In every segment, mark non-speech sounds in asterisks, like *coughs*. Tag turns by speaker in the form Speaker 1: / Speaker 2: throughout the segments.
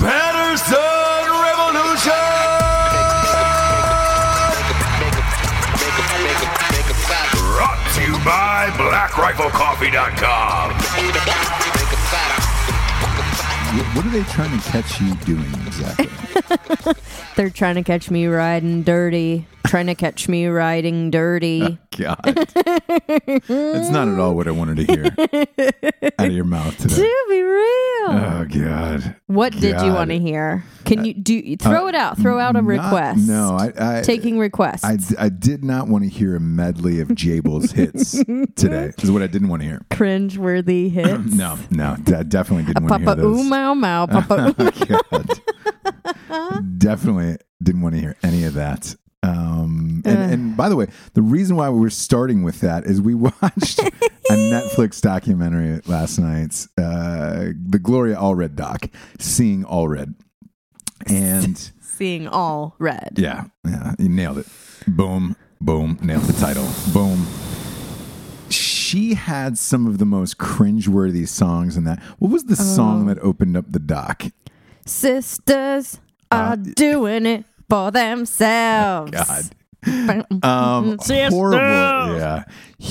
Speaker 1: Patterson Revolution!
Speaker 2: Brought to you by BlackRifleCoffee.com.
Speaker 3: What are they trying to catch you doing exactly?
Speaker 4: They're trying to catch me riding dirty. Trying to catch me riding
Speaker 3: Uh.
Speaker 4: dirty.
Speaker 3: God. That's not at all what I wanted to hear out of your mouth today.
Speaker 4: *laughs* to be real.
Speaker 3: Oh, God.
Speaker 4: What did you
Speaker 3: God. Uh,
Speaker 4: want to hear? Can you do throw it out? Throw out a
Speaker 3: Not-
Speaker 4: request.
Speaker 3: no, I. I
Speaker 4: taking requests.
Speaker 3: I, I did not want to hear a medley of Jabel's
Speaker 4: *laughs*
Speaker 3: hits today. Is what I didn't want to hear.
Speaker 4: Cringe worthy hits.
Speaker 3: *laughs* No, Uh. no, I definitely didn't want to hear
Speaker 4: Papa
Speaker 3: those.
Speaker 4: ooh mau mau. Papa ooh.
Speaker 3: God. Definitely didn't want to hear any of that. Um, and, and by the way, the reason why we're starting with that is we *laughs* watched
Speaker 4: *laughs*
Speaker 3: a Netflix documentary last night, uh, the Gloria Allred doc, Seeing Allred. And
Speaker 4: Seeing all red.
Speaker 3: yeah, yeah, you nailed it. Boom, boom, nailed the title. Boom. She had some of the most cringeworthy songs in that. What was the song that opened up the doc?
Speaker 5: sisters are doing it for themselves.
Speaker 1: Uh, God. Um, horrible. Yeah. *laughs*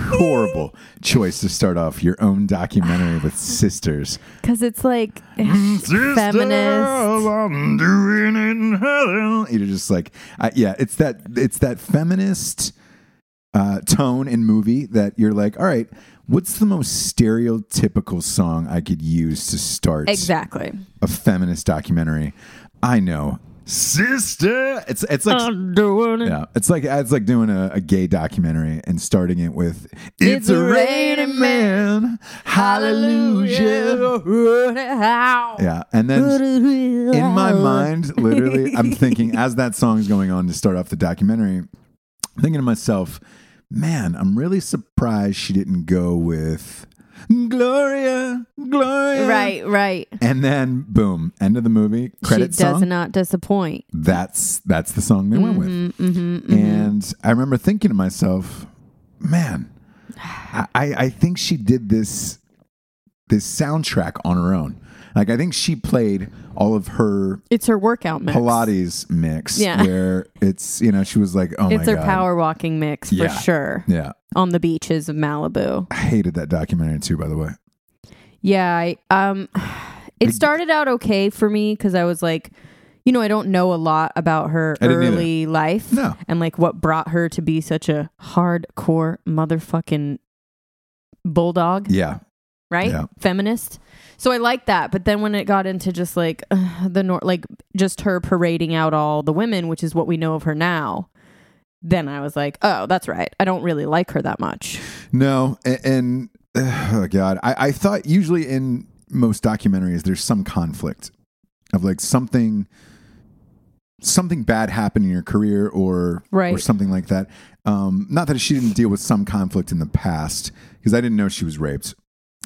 Speaker 1: horrible choice to start off your own documentary with sisters.
Speaker 5: Because it's like
Speaker 1: *laughs*
Speaker 5: feminist.
Speaker 1: I'm doing it in heaven. You're just like, I, yeah, it's that it's that feminist uh, tone in movie that you're like, all right, what's the most stereotypical song I could use to start
Speaker 5: Exactly.
Speaker 1: a feminist documentary? I know, sister. It's it's like
Speaker 5: doing
Speaker 1: yeah, it's like it's like doing a, a gay documentary and starting it with "It's, a raining man, hallelujah." Yeah, and then in my mind, literally, I'm thinking as that song's going on to start off the documentary, I'm thinking to myself, man, I'm really surprised she didn't go with Gloria, Gloria.
Speaker 5: Right, right.
Speaker 1: And then boom, end of the movie, credit
Speaker 5: she
Speaker 1: song.
Speaker 5: does not disappoint.
Speaker 1: That's that's the song they went with.
Speaker 5: Mm-hmm,
Speaker 1: And I remember thinking to myself, man, I, I I think she did this this soundtrack on her own. Like I think she played all of her
Speaker 5: It's her workout mix.
Speaker 1: Pilates mix
Speaker 5: Yeah. *laughs*
Speaker 1: where it's you know she was like oh
Speaker 5: It's
Speaker 1: my
Speaker 5: her
Speaker 1: god
Speaker 5: power walking mix for
Speaker 1: Yeah.
Speaker 5: sure
Speaker 1: yeah
Speaker 5: on the beaches of Malibu.
Speaker 1: I hated that documentary too by the way
Speaker 5: Yeah, I, um, *sighs* it started out okay for me because I was like, you know, I don't know a lot about her
Speaker 1: I didn't either.
Speaker 5: early life
Speaker 1: No.
Speaker 5: and like what brought her to be such a hardcore motherfucking bulldog,
Speaker 1: yeah
Speaker 5: right?
Speaker 1: yeah.
Speaker 5: Feminist. So I liked that, but then when it got into just like *sighs* uh, the nor- like just her parading out all the women, which is what we know of her now. Then I was like, oh, that's right. I don't really like her that much.
Speaker 1: no and, and *sighs* oh god I, I thought usually in most documentaries there's some conflict of like something something bad happened in your career or
Speaker 5: Right.
Speaker 1: or something like that um, not that she didn't deal with some conflict in the past because I didn't know she was raped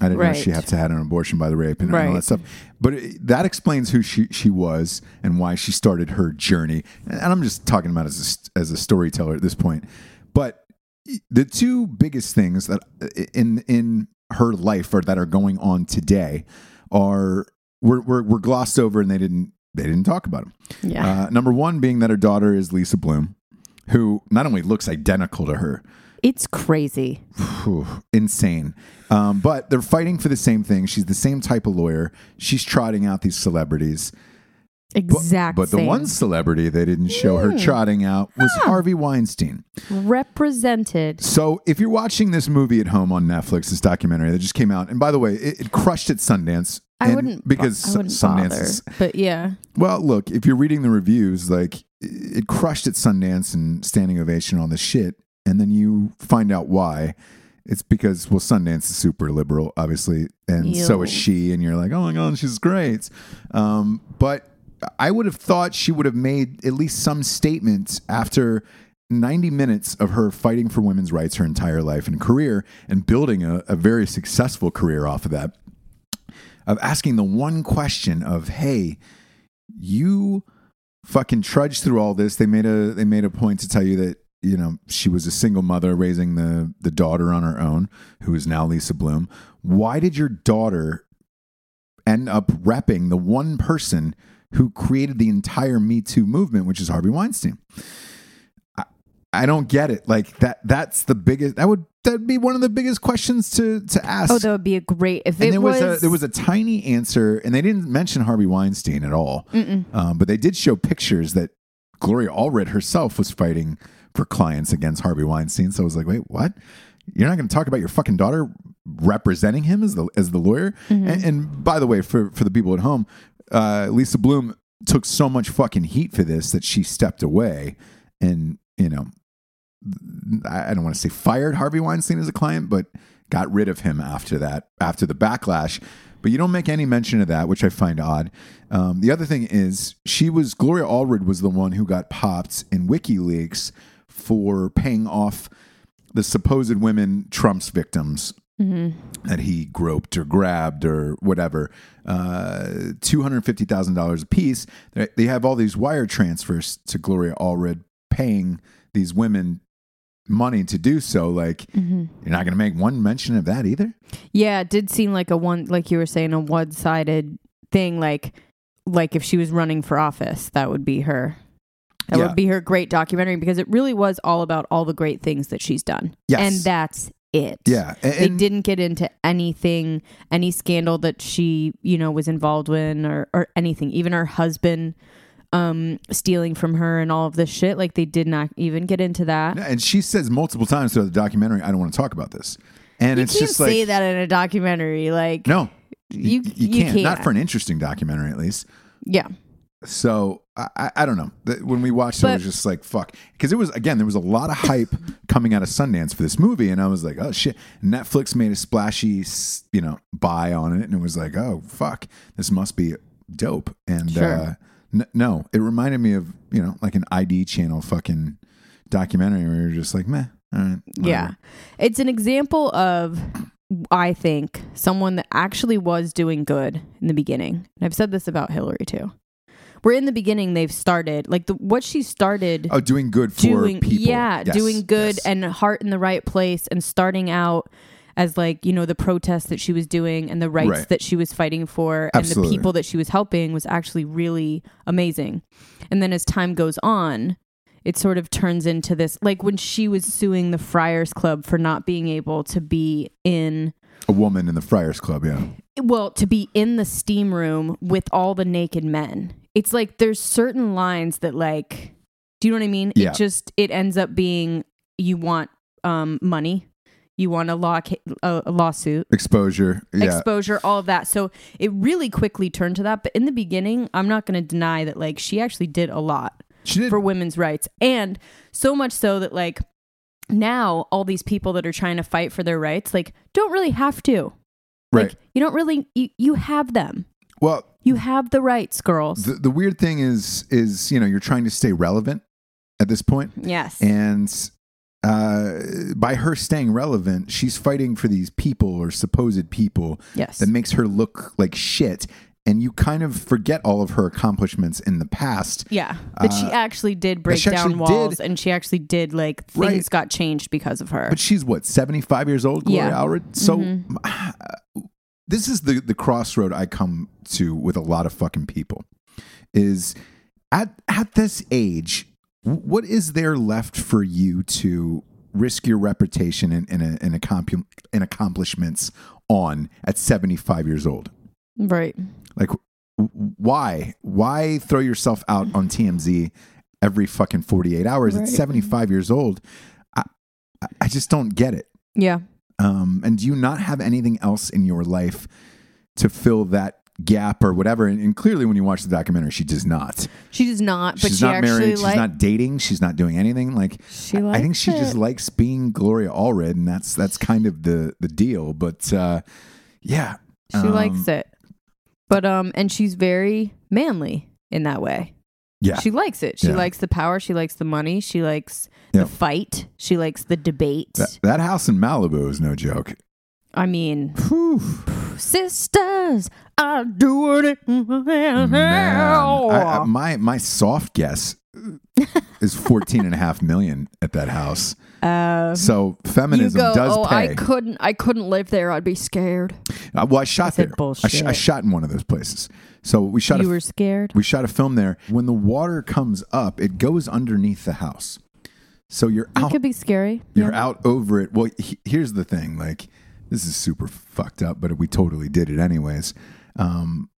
Speaker 1: I didn't know she
Speaker 5: Right.
Speaker 1: had to had an abortion by the rape and all
Speaker 5: Right.
Speaker 1: that stuff. But it, that explains who she, she was and why she started her journey. And I'm just talking about as a, st- as a storyteller at this point. But e, the two biggest things that in in her life or that are going on today are were, were, were glossed over and they didn't they didn't talk about them.
Speaker 5: Yeah.
Speaker 1: Uh, number one being that her daughter is Lisa Bloom, who not only looks identical to her,
Speaker 5: it's crazy.
Speaker 1: Phew, insane. Um, but they're fighting for the same thing. She's the same type of lawyer. She's trotting out these celebrities.
Speaker 5: Exact
Speaker 1: But the
Speaker 5: same. Hmm.
Speaker 1: one celebrity they didn't show her trotting out was Harvey Weinstein.
Speaker 5: represented.
Speaker 1: So if you're watching this movie at home on Netflix, this documentary that just came out, and by the way, it, it crushed at Sundance.
Speaker 5: I
Speaker 1: and
Speaker 5: wouldn't
Speaker 1: because
Speaker 5: I wouldn't
Speaker 1: Sundance
Speaker 5: bother,
Speaker 1: is
Speaker 5: but yeah,
Speaker 1: Well, look, if you're reading the reviews, like it crushed at Sundance and standing ovation and all this shit, and then you find out why. It's because well, Sundance is super liberal, obviously, and so is
Speaker 5: Ew.
Speaker 1: she, and you're like, oh my god, she's great. Um, but I would have thought she would have made at least some statement after 90 minutes of her fighting for women's rights her entire life and career, and building a, a very successful career off of that. Of asking the one question of, hey, you fucking trudged through all this. They made a they made a point to tell you that you know she was a single mother raising the the daughter on her own, who is now Lisa Bloom. Why did your daughter end up repping the one person who created the entire Me Too movement, which is Harvey Weinstein? I- I don't get it. Like that. That's the biggest. That would that'd be one of the biggest questions to to ask
Speaker 5: *laughs* oh, that would be a great if
Speaker 1: and
Speaker 5: it
Speaker 1: there was,
Speaker 5: was.
Speaker 1: a there was a tiny answer, and they didn't mention Harvey Weinstein at all, um, but they did show pictures that Gloria Allred herself was fighting for clients against Harvey Weinstein. So I was like, wait, what? You're not going to talk about your fucking daughter representing him as the as the lawyer?
Speaker 5: Mm-hmm.
Speaker 1: And, and by the way, for for the people at home, uh, Lisa Bloom took so much fucking heat for this that she stepped away, and you know I I don't want to say fired Harvey Weinstein as a client, but got rid of him after that, after the backlash. But you don't make any mention of that, which I find odd. Um, the other thing is, she was Gloria Allred was the one who got popped in WikiLeaks for paying off the supposed women Trump's victims that he groped or grabbed or whatever, uh, $250,000 a piece. They- They have all these wire transfers to Gloria Allred paying these women money to do so. Like,
Speaker 5: Mm-hmm.
Speaker 1: you're not going to make one mention of that either?
Speaker 5: yeah, it did seem like a one, like you were saying, a one sided thing like like if she was running for office, that would be her. That
Speaker 1: Yeah.
Speaker 5: would be her great documentary because it really was all about all the great things that she's done.
Speaker 1: Yes.
Speaker 5: And that's it.
Speaker 1: Yeah, a-
Speaker 5: they
Speaker 1: and-
Speaker 5: didn't get into anything, any scandal that she, you know, was involved in or, or anything. Even her husband um stealing from her and all of this shit. Like they did not even get into that.
Speaker 1: Yeah, and she says multiple times throughout the documentary, "I don't want to talk about this," and
Speaker 5: you
Speaker 1: it's
Speaker 5: can't
Speaker 1: just like
Speaker 5: say that in a documentary. Like
Speaker 1: no,
Speaker 5: You- you
Speaker 1: not
Speaker 5: can't.
Speaker 1: for an interesting documentary at least.
Speaker 5: Yeah.
Speaker 1: So I, I- I don't know. The- When we watched it, it was
Speaker 5: But-
Speaker 1: just like fuck, because it was again there was a lot of
Speaker 5: *laughs*
Speaker 1: hype coming out of Sundance for this movie, and I was like, oh shit. Netflix made a splashy, s- you know, buy on it, and it was like, oh fuck, this must be dope. And uh, n- no, it reminded me of you know like an ID channel fucking documentary where you're just like, meh, all right,
Speaker 5: Yeah.
Speaker 1: whatever.
Speaker 5: It's an example of, I think, someone that actually was doing good in the beginning. And I've said this about Hillary too. Where in the beginning they've started, like the, what she started
Speaker 1: Oh, doing good for
Speaker 5: doing,
Speaker 1: people.
Speaker 5: yeah,
Speaker 1: Yes,
Speaker 5: doing good
Speaker 1: yes.
Speaker 5: and heart in the right place and starting out as like, you know, the protests that she was doing and the rights
Speaker 1: Right.
Speaker 5: that she was fighting for and
Speaker 1: Absolutely.
Speaker 5: the people that she was helping was actually really amazing. And then as time goes on, it sort of turns into this like when she was suing the Friars Club for not being able to be in
Speaker 1: a woman in the Friars Club. Yeah,
Speaker 5: well, to be in the steam room with all the naked men. It's like there's certain lines that like do you know what I mean?
Speaker 1: Yeah.
Speaker 5: It just it ends up being you want um money, you want a law ca- a, a lawsuit,
Speaker 1: exposure. Yeah,
Speaker 5: exposure, all of that. So it really quickly turned to that, but in the beginning, I'm not going to deny that like she actually did a lot
Speaker 1: she did.
Speaker 5: for women's rights. And so much so that like now all these people that are trying to fight for their rights like don't really have to.
Speaker 1: right.
Speaker 5: Like you don't really you, you have them.
Speaker 1: well,
Speaker 5: You have the rights, girls.
Speaker 1: the, the weird thing is is you know you're trying to stay relevant at this point
Speaker 5: yes.
Speaker 1: and uh, by her staying relevant she's fighting for these people or supposed people
Speaker 5: yes.
Speaker 1: that makes her look like shit and you kind of forget all of her accomplishments in the past
Speaker 5: yeah. That she actually did break
Speaker 1: Uh, she actually
Speaker 5: down walls
Speaker 1: did-
Speaker 5: and she actually did like things
Speaker 1: Right.
Speaker 5: got changed because of her.
Speaker 1: but she's what 75 years old gloria
Speaker 5: Yeah. Mm-hmm.
Speaker 1: Allred? so *sighs* this is the the crossroad i come to with a lot of fucking people is at at this age w- what is there left for you to risk your reputation and in, in, in, accompu- in accomplishments on at 75 years old
Speaker 5: right.
Speaker 1: like w- why why throw yourself out on tmz every fucking 48 hours at
Speaker 5: Right.
Speaker 1: 75 years old I, I- I just don't get it
Speaker 5: Yeah.
Speaker 1: um, and do you not have anything else in your life to fill that gap or whatever? And, and clearly, when you watch the documentary, she does not.
Speaker 5: She does not, but
Speaker 1: she's
Speaker 5: she
Speaker 1: not
Speaker 5: actually
Speaker 1: married.
Speaker 5: like
Speaker 1: she's not dating. She's not doing anything. Like
Speaker 5: She
Speaker 1: I- I think
Speaker 5: likes
Speaker 1: she just
Speaker 5: it.
Speaker 1: likes being Gloria Allred, and that's that's kind of the the deal. But uh, yeah,
Speaker 5: she likes it. But um and she's very manly in that way.
Speaker 1: Yeah,
Speaker 5: She likes it. She
Speaker 1: Yeah.
Speaker 5: likes the power, she likes the money, she likes
Speaker 1: Yeah.
Speaker 5: the fight, she likes the debate.
Speaker 1: that, that house in Malibu is no joke.
Speaker 5: I mean,
Speaker 1: Whew,
Speaker 5: sisters are doing it. Mm-hmm.
Speaker 1: man. I- I- my my soft guess is 14 and a half million at that
Speaker 5: *laughs*
Speaker 1: house. Uh, so feminism does
Speaker 5: oh,
Speaker 1: pay.
Speaker 5: I couldn't, I couldn't live there. I'd be scared.
Speaker 1: I, Uh, well, I shot there. I,
Speaker 5: said
Speaker 1: sh- I
Speaker 5: bullshit.
Speaker 1: shot in one of those places. So we shot.
Speaker 5: you
Speaker 1: a,
Speaker 5: were scared.
Speaker 1: we shot a film there. When the water comes up, it goes underneath the house. So you're
Speaker 5: It
Speaker 1: out.
Speaker 5: could be scary.
Speaker 1: you're out over it. Well, he- here's the thing. Like this is super fucked up, but we totally did it anyways. Um,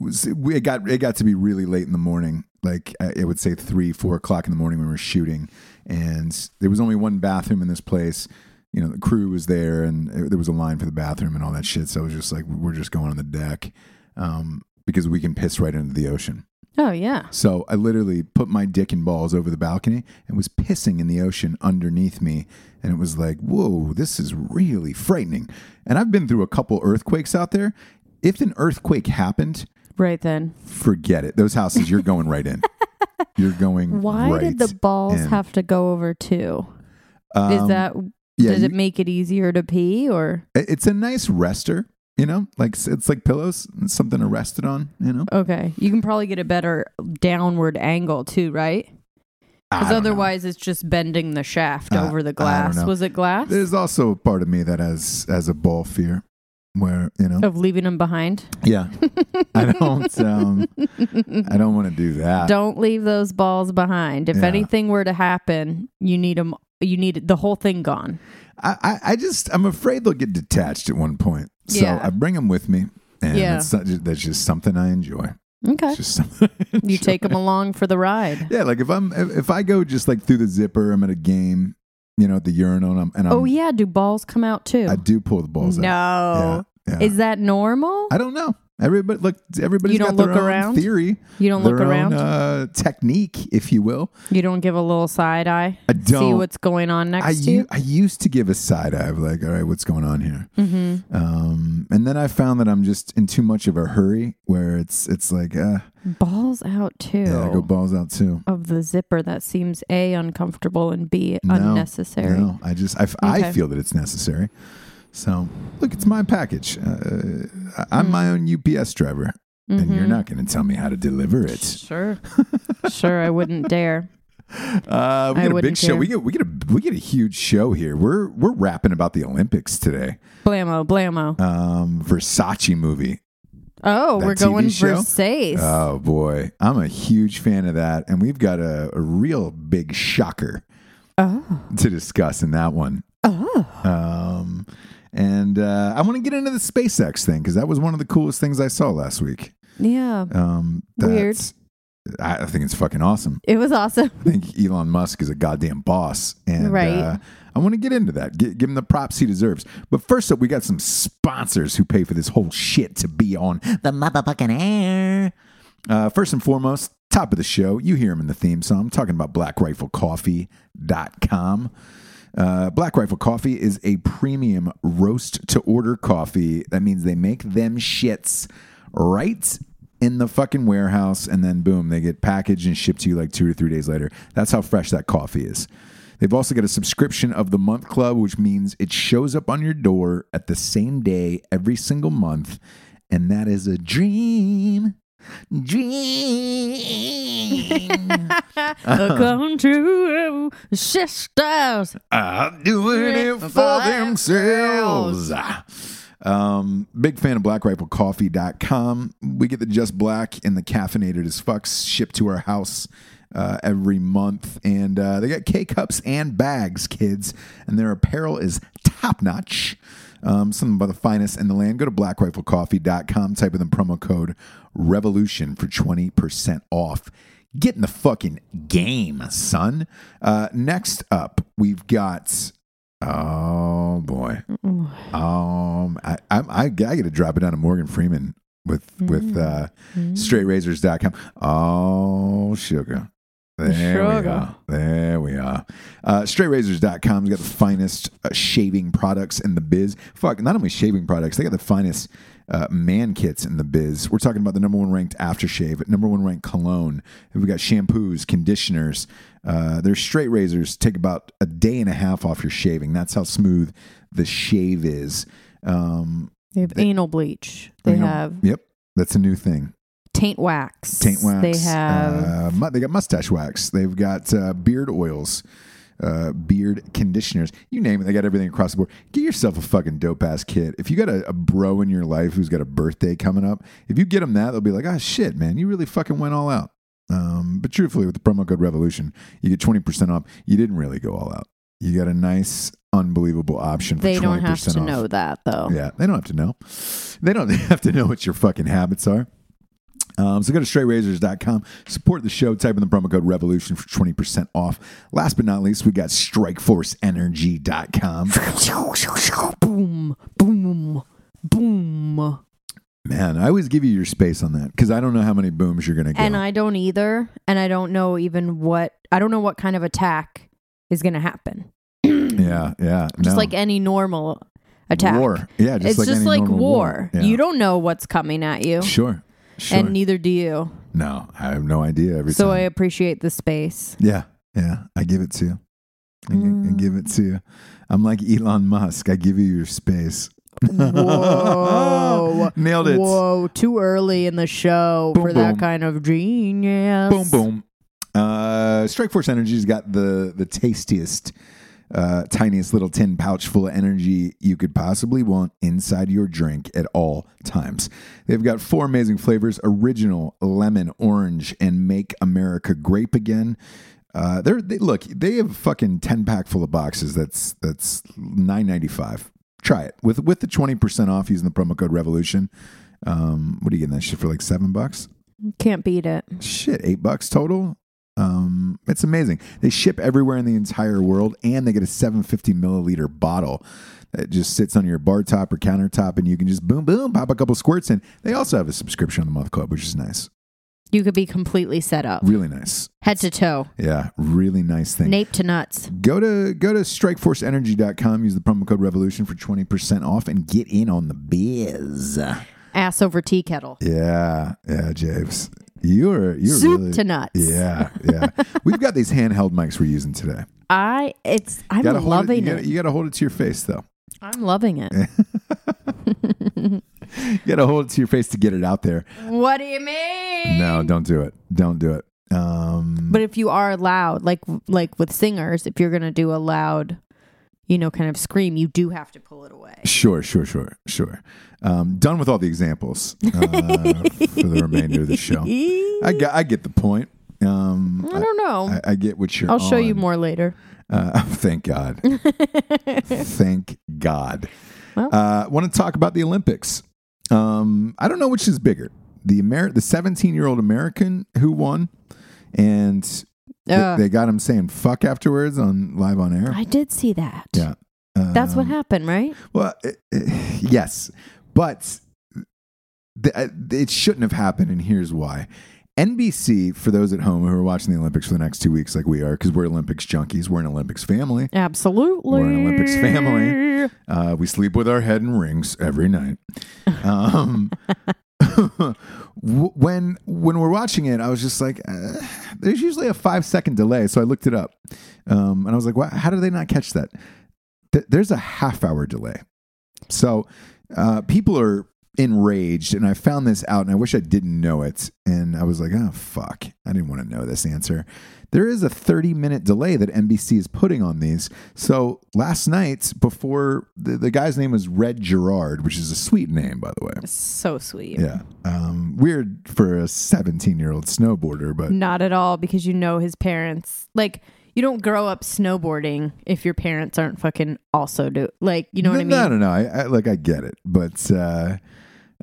Speaker 1: was we it got it got to be really late in the morning. Like I I would say three, four o'clock in the morning when we were shooting, and there was only one bathroom in this place. You know, the crew was there, and uh, there was a line for the bathroom and all that shit. So I was just like, we're just going on the deck um, because we can piss right into the ocean.
Speaker 5: Oh yeah.
Speaker 1: So I literally put my dick and balls over the balcony and was pissing in the ocean underneath me. And it was like, whoa, this is really frightening. And I've been through a couple earthquakes out there. If an earthquake happened,
Speaker 5: Right then.
Speaker 1: forget it. Those houses, you're going right
Speaker 5: *laughs*
Speaker 1: in. You're going.
Speaker 5: Why
Speaker 1: right
Speaker 5: did the balls
Speaker 1: in.
Speaker 5: have to go over two? Is
Speaker 1: Um,
Speaker 5: that
Speaker 1: yeah,
Speaker 5: does it
Speaker 1: you-
Speaker 5: make it easier to pee or
Speaker 1: it- It's a nice rester, you know. Like it's- it's like pillows, it's something to rest it on, you know.
Speaker 5: okay? You can probably get a better downward angle too, right?
Speaker 1: I
Speaker 5: Because
Speaker 1: don't know.
Speaker 5: otherwise, it's just bending the shaft
Speaker 1: I-
Speaker 5: over
Speaker 1: I
Speaker 5: the
Speaker 1: don't
Speaker 5: glass.
Speaker 1: know.
Speaker 5: Was it glass?
Speaker 1: there's also a part of me that has has a ball fear. where you know
Speaker 5: of leaving them behind.
Speaker 1: yeah i don't um i don't want to do that
Speaker 5: Don't leave those balls behind. If
Speaker 1: Yeah.
Speaker 5: anything were to happen, you need them. You need the whole thing gone.
Speaker 1: I, I i just i'm afraid they'll get detached at one point so
Speaker 5: Yeah.
Speaker 1: i bring them with me and
Speaker 5: Yeah.
Speaker 1: it's not, that's just something i enjoy
Speaker 5: Okay,
Speaker 1: it's just something I
Speaker 5: you
Speaker 1: enjoy.
Speaker 5: take them along for the ride.
Speaker 1: yeah like if i'm if, if i go just like through the zipper i'm at a game you know at the urinal and i'm, and I'm
Speaker 5: oh yeah, do balls come out too?
Speaker 1: i do pull the balls
Speaker 5: no,
Speaker 1: out Yeah, yeah.
Speaker 5: is that normal?
Speaker 1: I don't know. Everybody look. Everybody's
Speaker 5: You
Speaker 1: got
Speaker 5: don't
Speaker 1: their
Speaker 5: look
Speaker 1: own
Speaker 5: around?
Speaker 1: theory.
Speaker 5: You don't
Speaker 1: their
Speaker 5: look
Speaker 1: own,
Speaker 5: around?
Speaker 1: uh, technique, if you will.
Speaker 5: you don't give a little side eye.
Speaker 1: I
Speaker 5: See
Speaker 1: don't.
Speaker 5: what's going on next
Speaker 1: I
Speaker 5: to
Speaker 1: u-
Speaker 5: you.
Speaker 1: I used to give a side eye of like, all right, what's going on here?
Speaker 5: Mm-hmm.
Speaker 1: Um, and then I found that I'm just in too much of a hurry where it's it's like, uh,
Speaker 5: Balls out too.
Speaker 1: yeah, I go balls out too.
Speaker 5: of the zipper that seems a uncomfortable and b
Speaker 1: No,
Speaker 5: unnecessary.
Speaker 1: No, I just I, f- I
Speaker 5: Okay.
Speaker 1: feel that it's necessary. So look, it's my package. Uh, I- I'm
Speaker 5: Mm.
Speaker 1: my own UPS driver, and
Speaker 5: Mm-hmm.
Speaker 1: you're not going to tell me how to deliver
Speaker 5: *laughs*
Speaker 1: it. *laughs*
Speaker 5: Sure, sure, I wouldn't dare.
Speaker 1: Uh, we
Speaker 5: I
Speaker 1: got a big
Speaker 5: wouldn't
Speaker 1: show.
Speaker 5: care.
Speaker 1: We get we get a we get a huge show here. We're we're rapping about the Olympics today.
Speaker 5: Blammo, blammo.
Speaker 1: Um, Versace movie.
Speaker 5: oh,
Speaker 1: that
Speaker 5: we're
Speaker 1: TV
Speaker 5: going
Speaker 1: show?
Speaker 5: Versace.
Speaker 1: Oh boy, I'm a huge fan of that, and we've got a, a real big shocker to discuss in that one. Um, and uh, I want to get into the SpaceX thing because that was one of the coolest things I saw last week.
Speaker 5: yeah,
Speaker 1: Um,
Speaker 5: Weird.
Speaker 1: that's- I I think it's fucking awesome.
Speaker 5: it was awesome.
Speaker 1: I think Elon Musk is a goddamn boss, and
Speaker 5: Right.
Speaker 1: uh, I want to get into that. Gi- give him the props he deserves. But first up, we got some sponsors who pay for this whole shit to be on the motherfucking air. Uh, first and foremost, top of the show, you hear him in the theme song. I'm talking about BlackRifleCoffee.com. Uh, Black Rifle Coffee is a premium roast to order coffee. That means they make them shits right in the fucking warehouse, and then boom, they get packaged and shipped to you like two or three days later. That's how fresh that coffee is. They've also got a subscription of the month club, which means it shows up on your door at the same day every single month. And that is a dream. Dream.
Speaker 5: The country sisters.
Speaker 1: I'm Uh, doing it for themselves. Um, big fan of blackriflecoffee.com. We get the just black and the caffeinated as fuck shipped to our house uh, every month. And uh, they got K cups and bags, kids. And their apparel is top notch. Um, some of the finest in the land. Go to blackriflecoffee.com, type in the promo code REVOLUTION for 20% off. Get in the fucking game, son. Uh, next up, we've got. Oh boy. Um, I, I, I, I got to drop it down to Morgan Freeman with with uh, straightrazors.com. Oh, sugar. There we
Speaker 5: Sugar.
Speaker 1: are. There we are. Uh, straightrazors.com's got the finest uh, shaving products in the biz. Fuck, not only shaving products, they got the finest uh, man kits in the biz. We're talking about the number one ranked aftershave, number one ranked cologne. We've got shampoos, conditioners. Uh, their straight razors take about a day and a half off your shaving. That's how smooth the shave is. Um,
Speaker 5: They have anal bleach. They
Speaker 1: you know,
Speaker 5: have
Speaker 1: Yep. That's a new thing.
Speaker 5: taint wax.
Speaker 1: Taint wax.
Speaker 5: They have.
Speaker 1: Uh, mu- they got mustache wax. They've got uh, beard oils, uh, beard conditioners. You name it. They got everything across the board. Get yourself a fucking dope ass kit. If you got a, a bro in your life who's got a birthday coming up, if you get them that, they'll be like, ah, shit, man, you really fucking went all out. Um, but truthfully, with the promo code Revolution, you get twenty percent off. You didn't really go all out. You got a nice, unbelievable option. For
Speaker 5: they
Speaker 1: 20%
Speaker 5: don't have to
Speaker 1: off.
Speaker 5: know that though.
Speaker 1: Yeah, they don't have to know. They don't *laughs* have to know what your fucking habits are. Um, so go to straightrazors.com, support the show, type in the promo code revolution for 20% off. Last but not least, we got strikeforceenergy.com.
Speaker 5: Boom, boom, boom.
Speaker 1: Man, I always give you your space on that because I don't know how many booms you're going to get.
Speaker 5: and um, I don't either. And I don't know even what I don't know what kind of attack is going to happen.
Speaker 1: yeah, yeah.
Speaker 5: Just
Speaker 1: no.
Speaker 5: like any normal attack,
Speaker 1: War. Yeah, just
Speaker 5: it's
Speaker 1: like
Speaker 5: just
Speaker 1: any
Speaker 5: like war.
Speaker 1: normal war. Yeah.
Speaker 5: You don't know what's coming at you,
Speaker 1: Sure. Sure.
Speaker 5: and neither do you.
Speaker 1: no, I have no idea every
Speaker 5: So I
Speaker 1: time.
Speaker 5: appreciate the space.
Speaker 1: Yeah, yeah. I give it to you. I, gi- I
Speaker 5: Mm.
Speaker 1: give it to you. I'm like Elon Musk. I give you your space.
Speaker 5: Whoa.
Speaker 1: *laughs* Nailed it.
Speaker 5: Whoa, Oh, too early in the show
Speaker 1: Boom,
Speaker 5: for that
Speaker 1: boom.
Speaker 5: kind of genius.
Speaker 1: Boom, boom. Uh, Strikeforce Energy's got the the tastiest uh, tiniest little tin pouch full of energy you could possibly want inside your drink at all times. They've got four amazing flavors original, lemon, orange, and make America grape again. Uh, they're, they look. They have a fucking ten pack full of boxes. That's that's nine ninety five. Try it with with the twenty percent off using the promo code Revolution. Um, what are you getting that shit for? Like seven bucks?
Speaker 5: Can't beat it.
Speaker 1: Shit, eight bucks total. Um, it's amazing. They ship everywhere in the entire world, and they get a seven fifty milliliter bottle that just sits on your bar top or countertop, and you can just boom boom pop a couple squirts in. They also have a subscription on the Month Club, which is nice.
Speaker 5: You could be completely set up,
Speaker 1: Really nice.
Speaker 5: head to toe,
Speaker 1: Yeah, really nice thing.
Speaker 5: nape to nuts.
Speaker 1: Go to go to strikeforceenergy.com, use the promo code revolution for 20% off and get in on the biz.
Speaker 5: ass over tea kettle.
Speaker 1: Yeah, yeah, James. You're you're
Speaker 5: Soup
Speaker 1: really,
Speaker 5: to nuts.
Speaker 1: Yeah, yeah. We've got these handheld mics we're using today.
Speaker 5: I it's I'm
Speaker 1: Gotta hold
Speaker 5: loving
Speaker 1: it. You
Speaker 5: it.
Speaker 1: gotta, you gotta hold it to your face though.
Speaker 5: I'm loving it.
Speaker 1: You gotta hold it to your face to get it out there.
Speaker 5: what do you mean?
Speaker 1: No, don't do it. Don't do it. Um
Speaker 5: But if you are loud, like like with singers, if you're gonna do a loud, you know, kind of scream, you do have to pull it away.
Speaker 1: Sure, sure, sure, sure. Um, done with all the examples uh, for the remainder of the show. I
Speaker 5: *laughs*
Speaker 1: get, I get the point. Um,
Speaker 5: I don't know.
Speaker 1: I, I get what you're.
Speaker 5: I'll show you
Speaker 1: on.
Speaker 5: more later. *laughs* Uh,
Speaker 1: Uh, *laughs* thank God. thank God.
Speaker 5: Well.
Speaker 1: uh, want to talk about the Olympics? Um, I don't know which is bigger the Amer- the 17 year old American who won, and th-
Speaker 5: Uh,
Speaker 1: they got him saying "fuck" afterwards on live on air.
Speaker 5: I did see that.
Speaker 1: yeah,
Speaker 5: That's what
Speaker 1: Um,
Speaker 5: happened, right?
Speaker 1: Well, it, it- yes, but th- uh, it shouldn't have happened, and here's why. NBC, for those at home who are watching the Olympics for the next two weeks, like we are, because we're Olympics junkies, we're an Olympics family.
Speaker 5: Absolutely.
Speaker 1: We're an Olympics family. Uh, we sleep with our head in rings every night. Um, *laughs* w- when when we're watching it, I was just like, uh, there's usually a five second delay, so I looked it up, um, and I was like, wow, how did they not catch that? Th- there's a half hour delay, so uh, people are enraged, and I found this out, and I wish I didn't know it, and I was like, oh fuck, I didn't want to know this answer. There is a 30 minute delay that NBC is putting on these. So last night, before the, the guy's name was Red Gerard, which is a sweet name, by the way.
Speaker 5: So sweet.
Speaker 1: Yeah. Um, weird for a 17 year old snowboarder, but
Speaker 5: Not at all, because you know his parents. Like you don't grow up snowboarding if your parents aren't fucking also do. Like you know what I mean?
Speaker 1: no, no, no. I, I like I get it, but uh,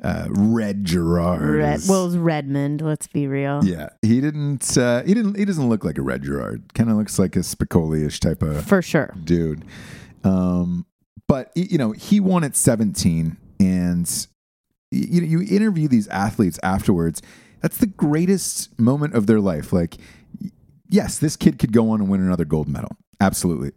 Speaker 1: uh, Red Gerard.
Speaker 5: Red,
Speaker 1: is-
Speaker 5: well, it's Redmond. Let's be real.
Speaker 1: yeah, he didn't. Uh, he didn't. He doesn't look like a Red Gerard. Kind of looks like a Spicoli-ish type of
Speaker 5: For sure.
Speaker 1: dude. Um, but y- you know, he won at 17, and y- you know, you interview these athletes afterwards. That's the greatest moment of their life. Like, y- yes, this kid could go on and win another gold medal, absolutely.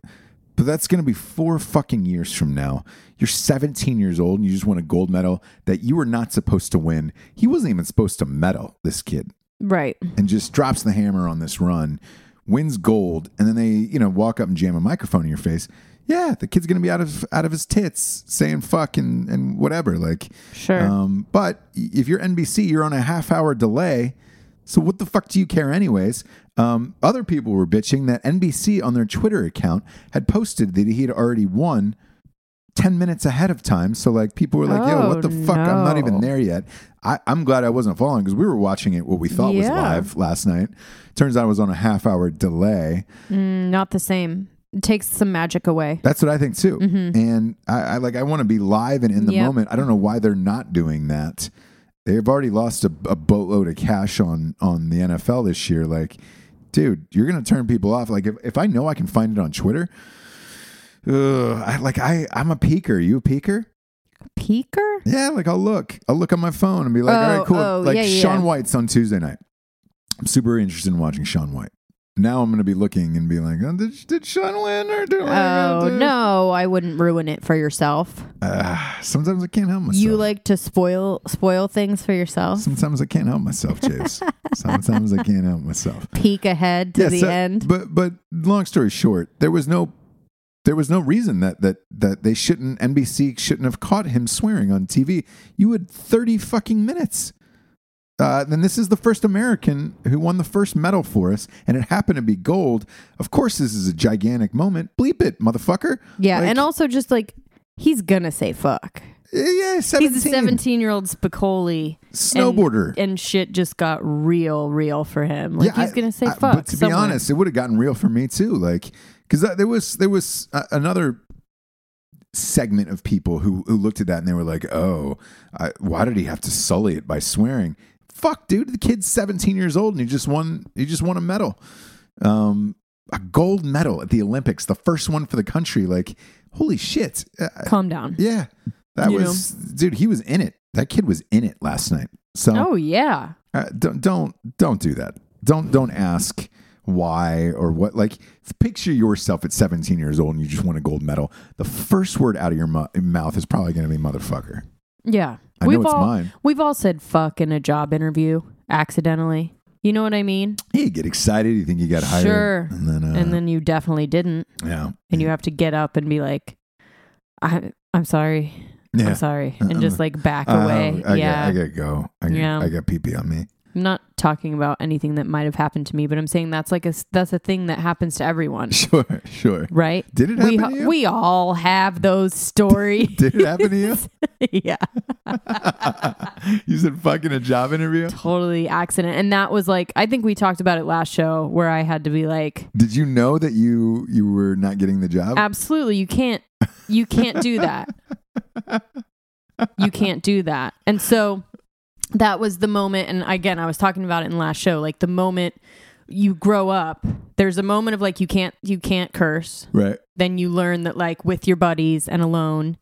Speaker 1: But that's going to be four fucking years from now. You're 17 years old and you just won a gold medal that you were not supposed to win. He wasn't even supposed to medal this kid
Speaker 5: Right.
Speaker 1: and just drops the hammer on this run, wins gold, and then they, you know, walk up and jam a microphone in your face. Yeah, the kid's gonna be out of out of his tits saying fuck and and whatever. Like
Speaker 5: Sure.
Speaker 1: Um, but if you're NBC, you're on a half hour delay. So what the fuck do you care anyways? Um, other people were bitching that NBC on their Twitter account had posted that he had already won 10 minutes ahead of time. So like people were like, yo,
Speaker 5: Oh,
Speaker 1: what the fuck? I'm not even
Speaker 5: no.
Speaker 1: there yet. I, I'm glad I wasn't following because we were watching it what we thought was
Speaker 5: Yeah.
Speaker 1: live last night. Turns out it was on a half hour delay.
Speaker 5: Not the same. It takes some magic away.
Speaker 1: That's what I think too. And I, I like I want to be live and in the
Speaker 5: Mm-hmm. Yep.
Speaker 1: moment. I don't know why they're not doing that. They've already lost a, a boatload of cash on on the NFL this year. Like, dude, you're gonna turn people off. Like, if, if I know I can find it on Twitter, ugh, I, like I I'm a peeker. You a peeker?
Speaker 5: Peaker?
Speaker 1: Yeah, like I'll look. I'll look on my phone and be like,
Speaker 5: Oh,
Speaker 1: all right, cool.
Speaker 5: oh,
Speaker 1: like
Speaker 5: yeah, yeah,
Speaker 1: Sean
Speaker 5: yeah.
Speaker 1: White's on Tuesday night. I'm super interested in watching Sean White. Now I'm going to be looking and be like, oh, did, did Sean win or did
Speaker 5: Oh, no, I wouldn't ruin it for yourself.
Speaker 1: Uh, sometimes I can't help myself.
Speaker 5: You like to spoil spoil things for yourself.
Speaker 1: Sometimes I can't help myself,
Speaker 5: *laughs*
Speaker 1: James. sometimes I can't help myself.
Speaker 5: Peek ahead to
Speaker 1: Yeah,
Speaker 5: the
Speaker 1: so-
Speaker 5: end.
Speaker 1: But but long story short, there was no there was no reason that that that they shouldn't NBC shouldn't have caught him swearing on TV. You had 30 fucking minutes. uh, then this is the first American who won the first medal for us, and it happened to be gold. Of course, this is a gigantic moment. Bleep it, motherfucker.
Speaker 5: Yeah,
Speaker 1: Like, eh,
Speaker 5: and also just like he's gonna say fuck.
Speaker 1: yeah, 17.
Speaker 5: He's a 17 year old Spicoli and-
Speaker 1: Snowboarder.
Speaker 5: and, shit just got real, real for him. Like he's
Speaker 1: I-
Speaker 5: gonna say
Speaker 1: I-
Speaker 5: fuck.
Speaker 1: But to
Speaker 5: somewhere.
Speaker 1: be honest, it would have gotten real for me too. Like, because there was there was uh, another segment of people who who looked at that and they were like, "Oh, I, why did he have to sully it by swearing?" Fuck, dude, the kid's 17 years old and he just won. He just won a medal, um, a gold medal at the Olympics, the first one for the country. Like, holy shit, uh,
Speaker 5: calm down.
Speaker 1: yeah, that
Speaker 5: You
Speaker 1: was dude. He was in it. That kid was in it last night. So
Speaker 5: Oh yeah,
Speaker 1: uh, don't don't don't do that. Don't don't ask why or what. Like picture yourself at 17 years old and you just won a gold medal. The first word out of your mu- mouth is probably going to be motherfucker.
Speaker 5: yeah.
Speaker 1: I know it's
Speaker 5: all
Speaker 1: mine.
Speaker 5: we've all said fuck in a job interview accidentally. You know what I mean?
Speaker 1: Yeah, you get excited. You think you got hired.
Speaker 5: Sure.
Speaker 1: And then uh,
Speaker 5: and then you definitely didn't,
Speaker 1: yeah
Speaker 5: and you have to get up and be like, I, I'm sorry,
Speaker 1: yeah.
Speaker 5: I'm sorry, and just like back
Speaker 1: Oh,
Speaker 5: away.
Speaker 1: I
Speaker 5: yeah,
Speaker 1: got, I got to go. I got,
Speaker 5: Yeah.
Speaker 1: I got pee pee on me. *laughs*
Speaker 5: I'm not talking about anything that might have happened to me, but I'm saying that's like a s- that's a thing that happens to everyone,
Speaker 1: Sure, sure.
Speaker 5: right?
Speaker 1: Did it
Speaker 5: we
Speaker 1: happen to you?
Speaker 5: we all have those stories.
Speaker 1: Did it happen to
Speaker 5: *laughs*
Speaker 1: you?
Speaker 5: yeah,
Speaker 1: you said fucking a job interview.
Speaker 5: totally accident, and that was like I think we talked about it last show where I had to be like,
Speaker 1: Did you know that you you were not getting the job?
Speaker 5: absolutely, you can't, you can't do that. You can't do that, and so that was the moment. And again, I was talking about it in last show, like the moment you grow up. There's a moment of like you can't you can't curse.
Speaker 1: *laughs* right.
Speaker 5: then you learn that like with your buddies and alone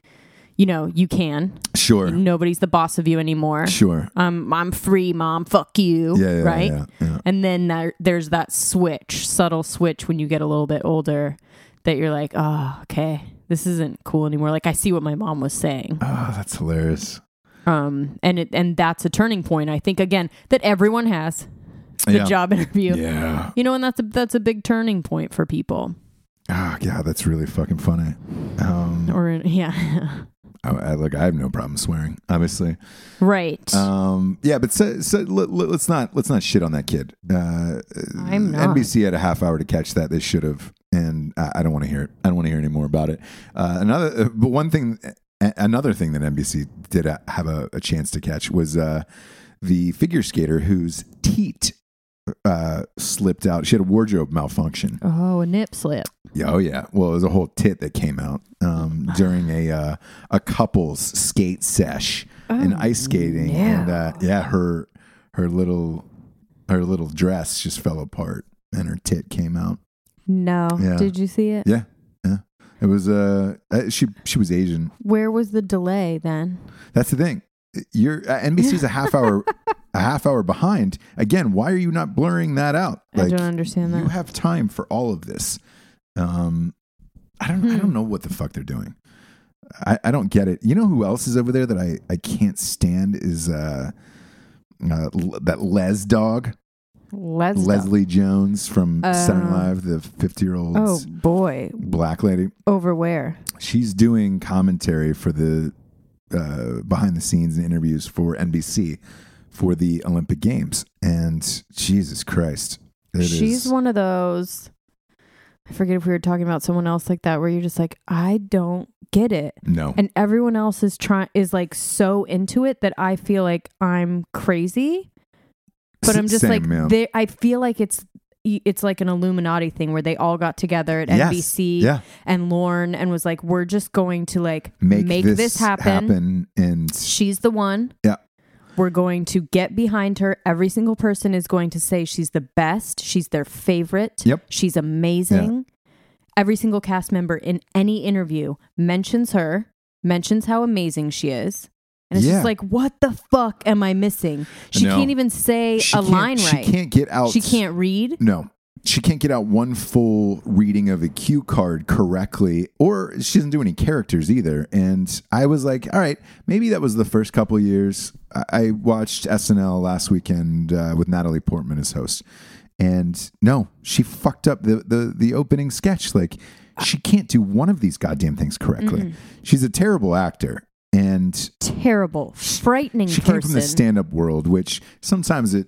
Speaker 5: you know you can
Speaker 1: Sure.
Speaker 5: nobody's the boss of you anymore
Speaker 1: Sure.
Speaker 5: um, i'm free mom fuck you
Speaker 1: Yeah, yeah,
Speaker 5: right
Speaker 1: yeah, yeah.
Speaker 5: and then there, there's that switch subtle switch when you get a little bit older that you're like oh okay this isn't cool anymore like i see what my mom was saying
Speaker 1: Oh, that's hilarious.
Speaker 5: um and it and that's a turning point i think again that everyone has the
Speaker 1: yeah.
Speaker 5: job interview
Speaker 1: Yeah.
Speaker 5: you know and that's a that's a big turning point for people
Speaker 1: Oh, yeah, that's really fucking funny. Um,
Speaker 5: or yeah *laughs*
Speaker 1: I, I, look, I have no problem swearing, obviously.
Speaker 5: right
Speaker 1: Um, yeah, but so, so let, let- let's not let's not shit on that kid. Uh,
Speaker 5: I'm not.
Speaker 1: NBC had a half hour to catch that. They should have, and I, I don't want to hear it. I don't want to hear any more about it. Uh, another, uh, but one thing, a- another thing that NBC did uh, have a, a chance to catch was uh, the figure skater whose teat uh, slipped out. She had a wardrobe malfunction.
Speaker 5: Oh, a nip slip.
Speaker 1: Yeah, oh yeah. Well, it was a whole tit that came out
Speaker 5: *sighs*
Speaker 1: um, during a uh, a couple's skate sesh and
Speaker 5: Oh,
Speaker 1: ice skating, and uh, yeah, her her little her little dress just fell apart and her tit came out.
Speaker 5: No.
Speaker 1: Yeah.
Speaker 5: Did you see it?
Speaker 1: Yeah, yeah. It was uh, uh, she she was Asian.
Speaker 5: Where was the delay then?
Speaker 1: That's the thing. You're uh, NBC's a half
Speaker 5: *laughs*
Speaker 1: hour a half hour behind. Again, why are you not blurring that out?
Speaker 5: I don't understand
Speaker 1: You
Speaker 5: that.
Speaker 1: have time for all of this. Um, I don't. I
Speaker 5: Hmm.
Speaker 1: don't know what the fuck they're doing. I, I don't get it. You know who else is over there that I, I can't stand is uh, uh L- that Les dog
Speaker 5: Let's
Speaker 1: Leslie Jones from Saturday Night
Speaker 5: Uh,
Speaker 1: Live, the fifty year old
Speaker 5: Oh boy,
Speaker 1: black lady.
Speaker 5: over where?
Speaker 1: She's doing commentary for the uh, behind the scenes and interviews for NBC for the Olympic Games, and Jesus Christ, it is
Speaker 5: She's one of those. I forget if we were talking about someone else like that, where you're just like, I don't get it,
Speaker 1: no.
Speaker 5: and everyone else is trying is like so into it that I feel like I'm crazy, but I'm just
Speaker 1: Same,
Speaker 5: like,
Speaker 1: yeah.
Speaker 5: they, I feel like it's it's like an Illuminati thing where they all got together at
Speaker 1: Yes.
Speaker 5: NBC,
Speaker 1: Yeah.
Speaker 5: and Lorne and was like, "We're just going to like
Speaker 1: make,
Speaker 5: make, this, happen.
Speaker 1: and
Speaker 5: She's the one.
Speaker 1: yeah
Speaker 5: We're going to get behind her. Every single person is going to say she's the best. She's their favorite.
Speaker 1: Yep.
Speaker 5: She's amazing. Every single cast member in any interview mentions her, mentions how amazing she is. And it's
Speaker 1: Yeah.
Speaker 5: just like, what the fuck am I missing? She
Speaker 1: No.
Speaker 5: can't even say
Speaker 1: She
Speaker 5: a
Speaker 1: can't-
Speaker 5: line
Speaker 1: she
Speaker 5: right.
Speaker 1: can't get out
Speaker 5: She can't read.
Speaker 1: no she can't get out one full reading of a cue card correctly or she doesn't do any characters either and i was like all right maybe that was the first couple years i, I watched snl last weekend uh, with natalie portman as host and no she fucked up the, the the opening
Speaker 5: Mm-hmm.
Speaker 1: sketch like she can't do one of these goddamn things correctly she's a terrible actor and
Speaker 5: Terrible, frightening
Speaker 1: she
Speaker 5: person.
Speaker 1: came from the stand-up world, which sometimes it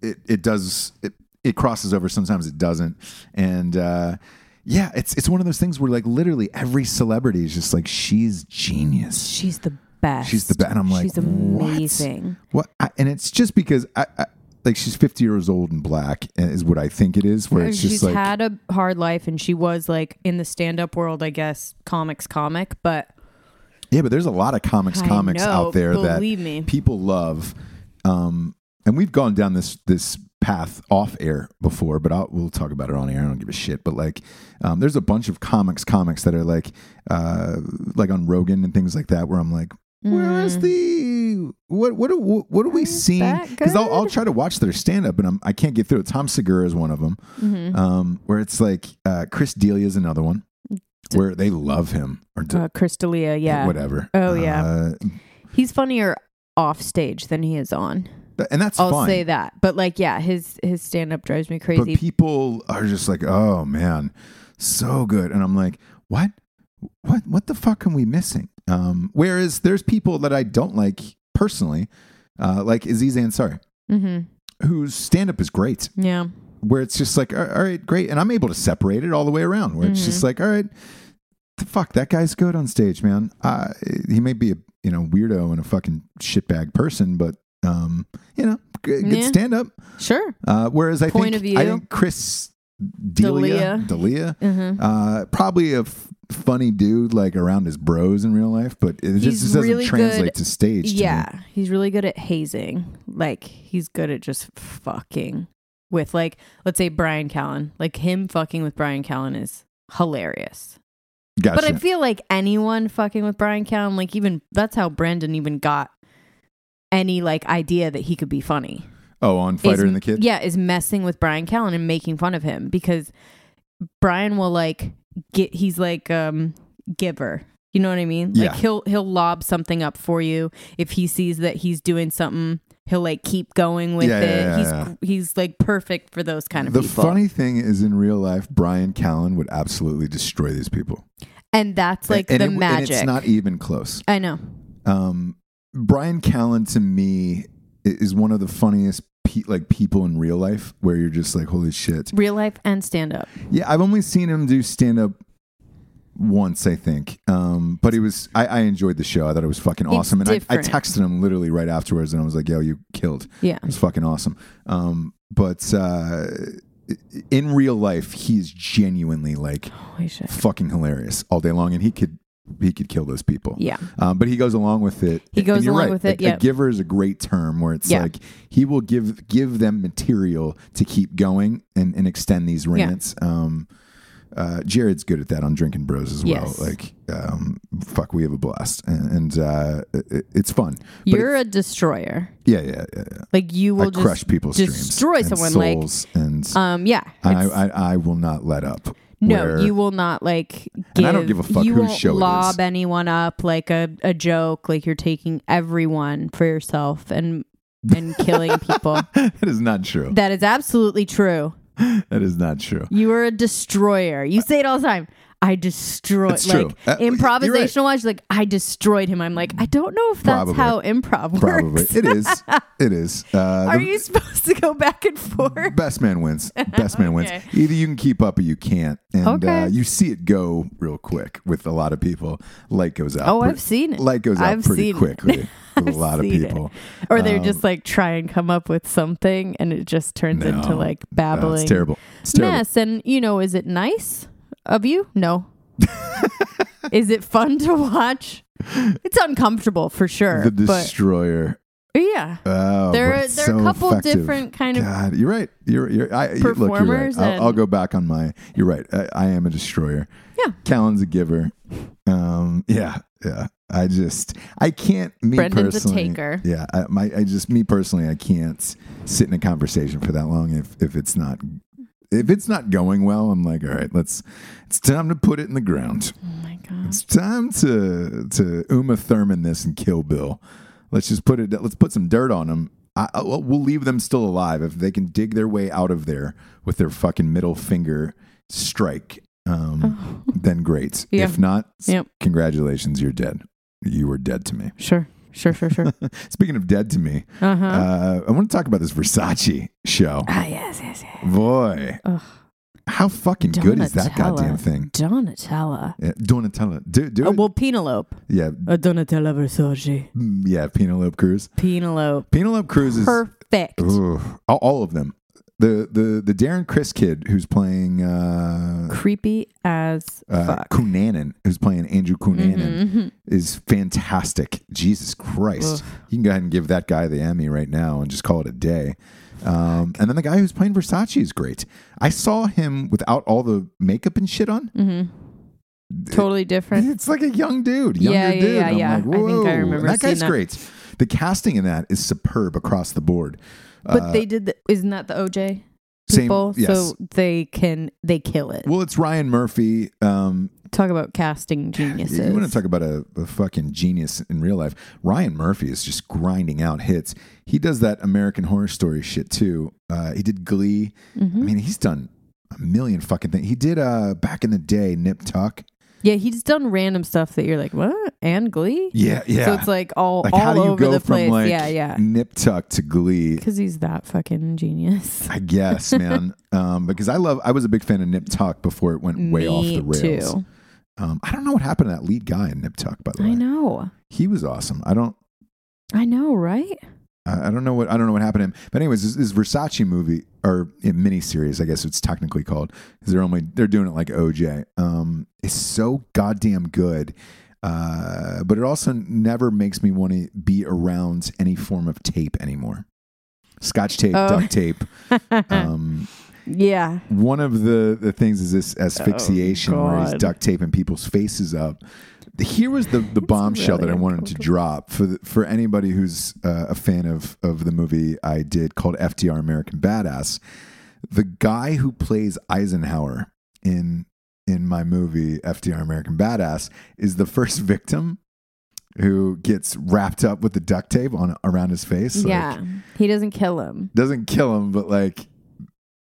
Speaker 1: it it does it, it crosses over, sometimes it doesn't, and uh, yeah, it's it's one of those things where like literally every celebrity is just like she's genius.
Speaker 5: She's the best.
Speaker 1: She's the best. And I'm like,
Speaker 5: she's
Speaker 1: "What?"
Speaker 5: amazing.
Speaker 1: What? I, and it's just because I, I like she's 50 years old and black eh, is what I think it is. Where it's
Speaker 5: she's
Speaker 1: just like
Speaker 5: had a hard life, and she was like in the stand-up world, I guess, comics, comic, but
Speaker 1: Yeah, but there's a lot of comics
Speaker 5: I
Speaker 1: comics
Speaker 5: know,
Speaker 1: out there that
Speaker 5: believe me.
Speaker 1: people love. Um, and we've gone down this this path off air before, but I'll, we'll talk about it on air. I don't give a shit. But like, um, there's a bunch of comics comics that are like, uh, like on Rogan and things like that, where I'm like. Where is the what what are- what are we seeing?
Speaker 5: Mm. that
Speaker 1: Because I'll, I'll
Speaker 5: good?
Speaker 1: try to watch their stand up and I'm, I can't get through it. Tom Segura is one of them,
Speaker 5: Mm-hmm.
Speaker 1: um, where it's like uh, Chris Delia is another one, where they love him or d-
Speaker 5: uh, Crystalia, yeah,
Speaker 1: whatever.
Speaker 5: Oh, yeah.
Speaker 1: Uh,
Speaker 5: he's funnier off stage than he is on.
Speaker 1: th- Uh, and that's
Speaker 5: I'll
Speaker 1: fine.
Speaker 5: say that, but like, yeah, his his stand-up drives me
Speaker 1: But
Speaker 5: crazy.
Speaker 1: people are just like, oh man, so good, and I'm like, what, what, what the fuck am we missing? Um, whereas there's people that I don't like personally, uh, like Aziz Ansari,
Speaker 5: mm-hmm.
Speaker 1: whose stand up is great.
Speaker 5: Yeah,
Speaker 1: Where it's just like, all all right, great, and I'm able to separate it all the way around. Where it's
Speaker 5: Mm-hmm.
Speaker 1: just like, all right, th- fuck, that guy's good on stage, man. Uh, he may be a you know weirdo and a fucking shitbag person, but um, you know, g- good
Speaker 5: Yeah.
Speaker 1: stand up.
Speaker 5: sure.
Speaker 1: Uh, whereas I
Speaker 5: Point
Speaker 1: think
Speaker 5: of view.
Speaker 1: I think Chris Delia
Speaker 5: D'Elia.
Speaker 1: Delia,
Speaker 5: Mm-hmm.
Speaker 1: uh, probably a f- funny dude like around his bros in real life, but it
Speaker 5: He's
Speaker 1: just, just doesn't
Speaker 5: really
Speaker 1: translate
Speaker 5: good-
Speaker 1: to stage. to me.
Speaker 5: Yeah, he's really good at hazing. Like he's good at just fucking with like let's say Brian Callen. Like him fucking with Brian Callen is hilarious.
Speaker 1: gotcha.
Speaker 5: But I feel like anyone fucking with Brian Callen, like even that's how Brandon even got any like idea that he could be funny.
Speaker 1: oh, on
Speaker 5: is-
Speaker 1: Fighter and the Kid.
Speaker 5: Yeah, is messing with Brian Callen and making fun of him because Brian will like get he's like um giver. You know what I mean?
Speaker 1: Yeah.
Speaker 5: Like he'll he'll lob something up for you if he sees that he's doing something, he'll like keep going with
Speaker 1: Yeah,
Speaker 5: it.
Speaker 1: yeah, yeah,
Speaker 5: he's
Speaker 1: yeah.
Speaker 5: he's like perfect for those kind of
Speaker 1: The
Speaker 5: people.
Speaker 1: funny thing is, in real life, Brian Callen would absolutely destroy these people.
Speaker 5: and that's like
Speaker 1: And-
Speaker 5: the
Speaker 1: and it-
Speaker 5: magic.
Speaker 1: And it's not e even close.
Speaker 5: I know.
Speaker 1: um, Brian Callen to me i- is one of the funniest pe- like people in real life where you're just like holy shit.
Speaker 5: Real life and stand up.
Speaker 1: Yeah, I've only seen him do stand up once, I think. Um, but it was I, I enjoyed the show. I thought it was fucking awesome, and I, I
Speaker 5: different.
Speaker 1: texted him literally right afterwards, and I was like, "Yo, you killed."
Speaker 5: Yeah.
Speaker 1: It was fucking awesome. Um, but uh, in real life, he is genuinely like
Speaker 5: Holy shit.
Speaker 1: fucking hilarious all day long, and he could he could kill those people.
Speaker 5: Yeah.
Speaker 1: Um, but he goes along with it.
Speaker 5: He goes
Speaker 1: And you're
Speaker 5: along
Speaker 1: right.
Speaker 5: with
Speaker 1: A-
Speaker 5: it,
Speaker 1: A,
Speaker 5: yep.
Speaker 1: giver is a great term where it's
Speaker 5: Yeah.
Speaker 1: like he will give give them material to keep going and, and extend these
Speaker 5: Yeah.
Speaker 1: rants. Um, uh, Jared's good at that on Drinking Bros as well.
Speaker 5: Yes.
Speaker 1: Like, um, fuck, we have a blast, and, and uh, it, it's fun. But
Speaker 5: You're a destroyer.
Speaker 1: it- yeah, yeah, yeah. yeah.
Speaker 5: Like you will
Speaker 1: I
Speaker 5: just
Speaker 1: crush people's
Speaker 5: destroy
Speaker 1: dreams and
Speaker 5: someone.
Speaker 1: souls, and
Speaker 5: Like um yeah.
Speaker 1: I,
Speaker 5: it's-
Speaker 1: I I will not let up.
Speaker 5: No,
Speaker 1: Where-
Speaker 5: you will not like. Give,
Speaker 1: And I don't give a fuck
Speaker 5: you
Speaker 1: whose
Speaker 5: won't
Speaker 1: show it is.
Speaker 5: lob anyone up like a, a joke. Like you're taking everyone for yourself and and
Speaker 1: *laughs*
Speaker 5: killing people.
Speaker 1: *laughs* that is not true.
Speaker 5: That is absolutely true.
Speaker 1: that is not
Speaker 5: *laughs*
Speaker 1: true.
Speaker 5: You are a destroyer. You say it all the time. I destroy
Speaker 1: That's true.
Speaker 5: like
Speaker 1: Uh, you're right.
Speaker 5: improvisational wise. Like I destroyed him. I'm like I don't know if that's
Speaker 1: Probably.
Speaker 5: how improv works.
Speaker 1: Probably it is. It is. Uh,
Speaker 5: *laughs* Are
Speaker 1: the-
Speaker 5: you supposed to go back and
Speaker 1: *laughs*
Speaker 5: forth?
Speaker 1: Best man wins. Best man wins.
Speaker 5: Okay.
Speaker 1: Either you can keep up or you can't. And uh,
Speaker 5: Okay.
Speaker 1: you see it go real quick with a lot of people. Light goes out.
Speaker 5: Oh,
Speaker 1: pre-
Speaker 5: I've seen it.
Speaker 1: Light goes out
Speaker 5: I've
Speaker 1: pretty
Speaker 5: seen it. *laughs*
Speaker 1: quickly with
Speaker 5: I've
Speaker 1: a lot of
Speaker 5: seen it.
Speaker 1: people.
Speaker 5: Or they're
Speaker 1: Um,
Speaker 5: just like try and come up with something and it just turns
Speaker 1: no.
Speaker 5: into like
Speaker 1: No,
Speaker 5: babbling.
Speaker 1: it's terrible. It's terrible.
Speaker 5: mess. And you know, is it nice of you?
Speaker 1: *laughs*
Speaker 5: No. is it fun to watch? It's uncomfortable for sure.
Speaker 1: The
Speaker 5: but
Speaker 1: destroyer.
Speaker 5: yeah.
Speaker 1: Oh,
Speaker 5: There
Speaker 1: but
Speaker 5: are-
Speaker 1: it's
Speaker 5: there are a
Speaker 1: so
Speaker 5: couple
Speaker 1: effective.
Speaker 5: different kind of-
Speaker 1: God, you're right. You're you're. I, you- look, you're right.
Speaker 5: Performers
Speaker 1: I'll, I'll
Speaker 5: and-
Speaker 1: go back on my. You're right. I, I am a destroyer.
Speaker 5: Yeah.
Speaker 1: Callen's a giver. Um. Yeah. Yeah. I just I can't me
Speaker 5: Brendan's a
Speaker 1: personally.
Speaker 5: taker.
Speaker 1: Yeah. I, my I just me personally I can't sit in a conversation for that long if if it's not if it's not going well I'm like all right let's it's time to put it in the ground
Speaker 5: Oh my god.
Speaker 1: it's time to to Uma Thurman this and kill Bill. Let's just put it. Let's put some dirt on them. I, I- we'll leave them still alive if they can dig their way out of there with their fucking middle finger strike. Um, Then great.
Speaker 5: Oh. *laughs* Yeah.
Speaker 1: If not,
Speaker 5: Yep.
Speaker 1: congratulations, you're dead. you were dead to me.
Speaker 5: Sure. Sure,
Speaker 1: *laughs*
Speaker 5: sure, sure.
Speaker 1: Speaking of dead to me,
Speaker 5: Uh-huh.
Speaker 1: uh, I want to talk about this Versace show.
Speaker 5: ah, yes, yes, yes.
Speaker 1: Boy,
Speaker 5: Ugh.
Speaker 1: how fucking good is that
Speaker 5: Donatella.
Speaker 1: goddamn thing?
Speaker 5: Donatella.
Speaker 1: Yeah, Donatella, do do
Speaker 5: Uh,
Speaker 1: it.
Speaker 5: well, Penelope.
Speaker 1: yeah,
Speaker 5: A Donatella Versace.
Speaker 1: mm, yeah. Penelope Cruz.
Speaker 5: Penelope.
Speaker 1: Penelope Cruz is
Speaker 5: Perfect.
Speaker 1: Ooh, all, all of them. The the the Darren Chris kid who's playing uh,
Speaker 5: Creepy as
Speaker 1: uh,
Speaker 5: fuck.
Speaker 1: Cunanan, who's playing Andrew Cunanan,
Speaker 5: Mhm.
Speaker 1: is fantastic. Jesus Christ, you can go ahead and give that guy the Emmy right now and just call it a day. Um, and then the guy who's playing Versace is great. I saw him without all the makeup and shit on.
Speaker 5: Totally
Speaker 1: *laughs*
Speaker 5: different.
Speaker 1: It's like a young dude, younger
Speaker 5: Mm-hmm. Yeah, yeah,
Speaker 1: dude.
Speaker 5: yeah,
Speaker 1: I'm like,
Speaker 5: yeah. I think I
Speaker 1: whoa. And
Speaker 5: remember
Speaker 1: that guy's
Speaker 5: seeing that.
Speaker 1: great. The casting in that is superb across the board. Uh,
Speaker 5: But they did. The, isn't that the OJ people?
Speaker 1: Same, yes.
Speaker 5: So they can they kill it.
Speaker 1: well, it's Ryan Murphy. Um,
Speaker 5: talk about casting geniuses.
Speaker 1: *sighs* You want to talk about a, a fucking genius in real life? Ryan Murphy is just grinding out hits. He does that American Horror Story shit too. Uh, he did Glee. I mean, he's done a million fucking things. He did uh, back in the day Nip Tuck.
Speaker 5: yeah, he's done random stuff that you're like, what? And Glee.
Speaker 1: Yeah, yeah.
Speaker 5: So it's like all
Speaker 1: Like,
Speaker 5: all
Speaker 1: how do you
Speaker 5: over
Speaker 1: go
Speaker 5: the
Speaker 1: from
Speaker 5: place.
Speaker 1: like
Speaker 5: yeah, yeah.
Speaker 1: Nip Tuck to Glee?
Speaker 5: Because he's that fucking genius.
Speaker 1: I guess,
Speaker 5: *laughs*
Speaker 1: man. um, because I love. I was a big fan of Nip Tuck before it went *laughs* way
Speaker 5: Me
Speaker 1: off the rails.
Speaker 5: too.
Speaker 1: Um, I don't know what happened to that lead guy in Nip Tuck. By the way,
Speaker 5: I know.
Speaker 1: he was awesome. I don't.
Speaker 5: I know, right?
Speaker 1: I I don't know what I don't know what happened to him. But anyways, this, this Versace movie or yeah, miniseries, I guess it's technically called, because they're only they're doing it like OJ. Um, is so goddamn good. Uh, but it also never makes me want to be around any form of tape anymore. Scotch tape,
Speaker 5: Oh.
Speaker 1: duct tape. Um,
Speaker 5: *laughs* Yeah.
Speaker 1: one of the, the things is this asphyxiation where he's
Speaker 5: Oh, God.
Speaker 1: duct taping people's faces up. Here was the, the bombshell
Speaker 5: really
Speaker 1: that I wanted to drop for the, for anybody who's uh, a fan of of the movie I did called FDR American Badass. The guy who plays Eisenhower in in my movie FDR American Badass is the first *laughs* victim who gets wrapped up with the duct tape on around his face. Like,
Speaker 5: yeah. He doesn't kill him.
Speaker 1: doesn't kill him, but like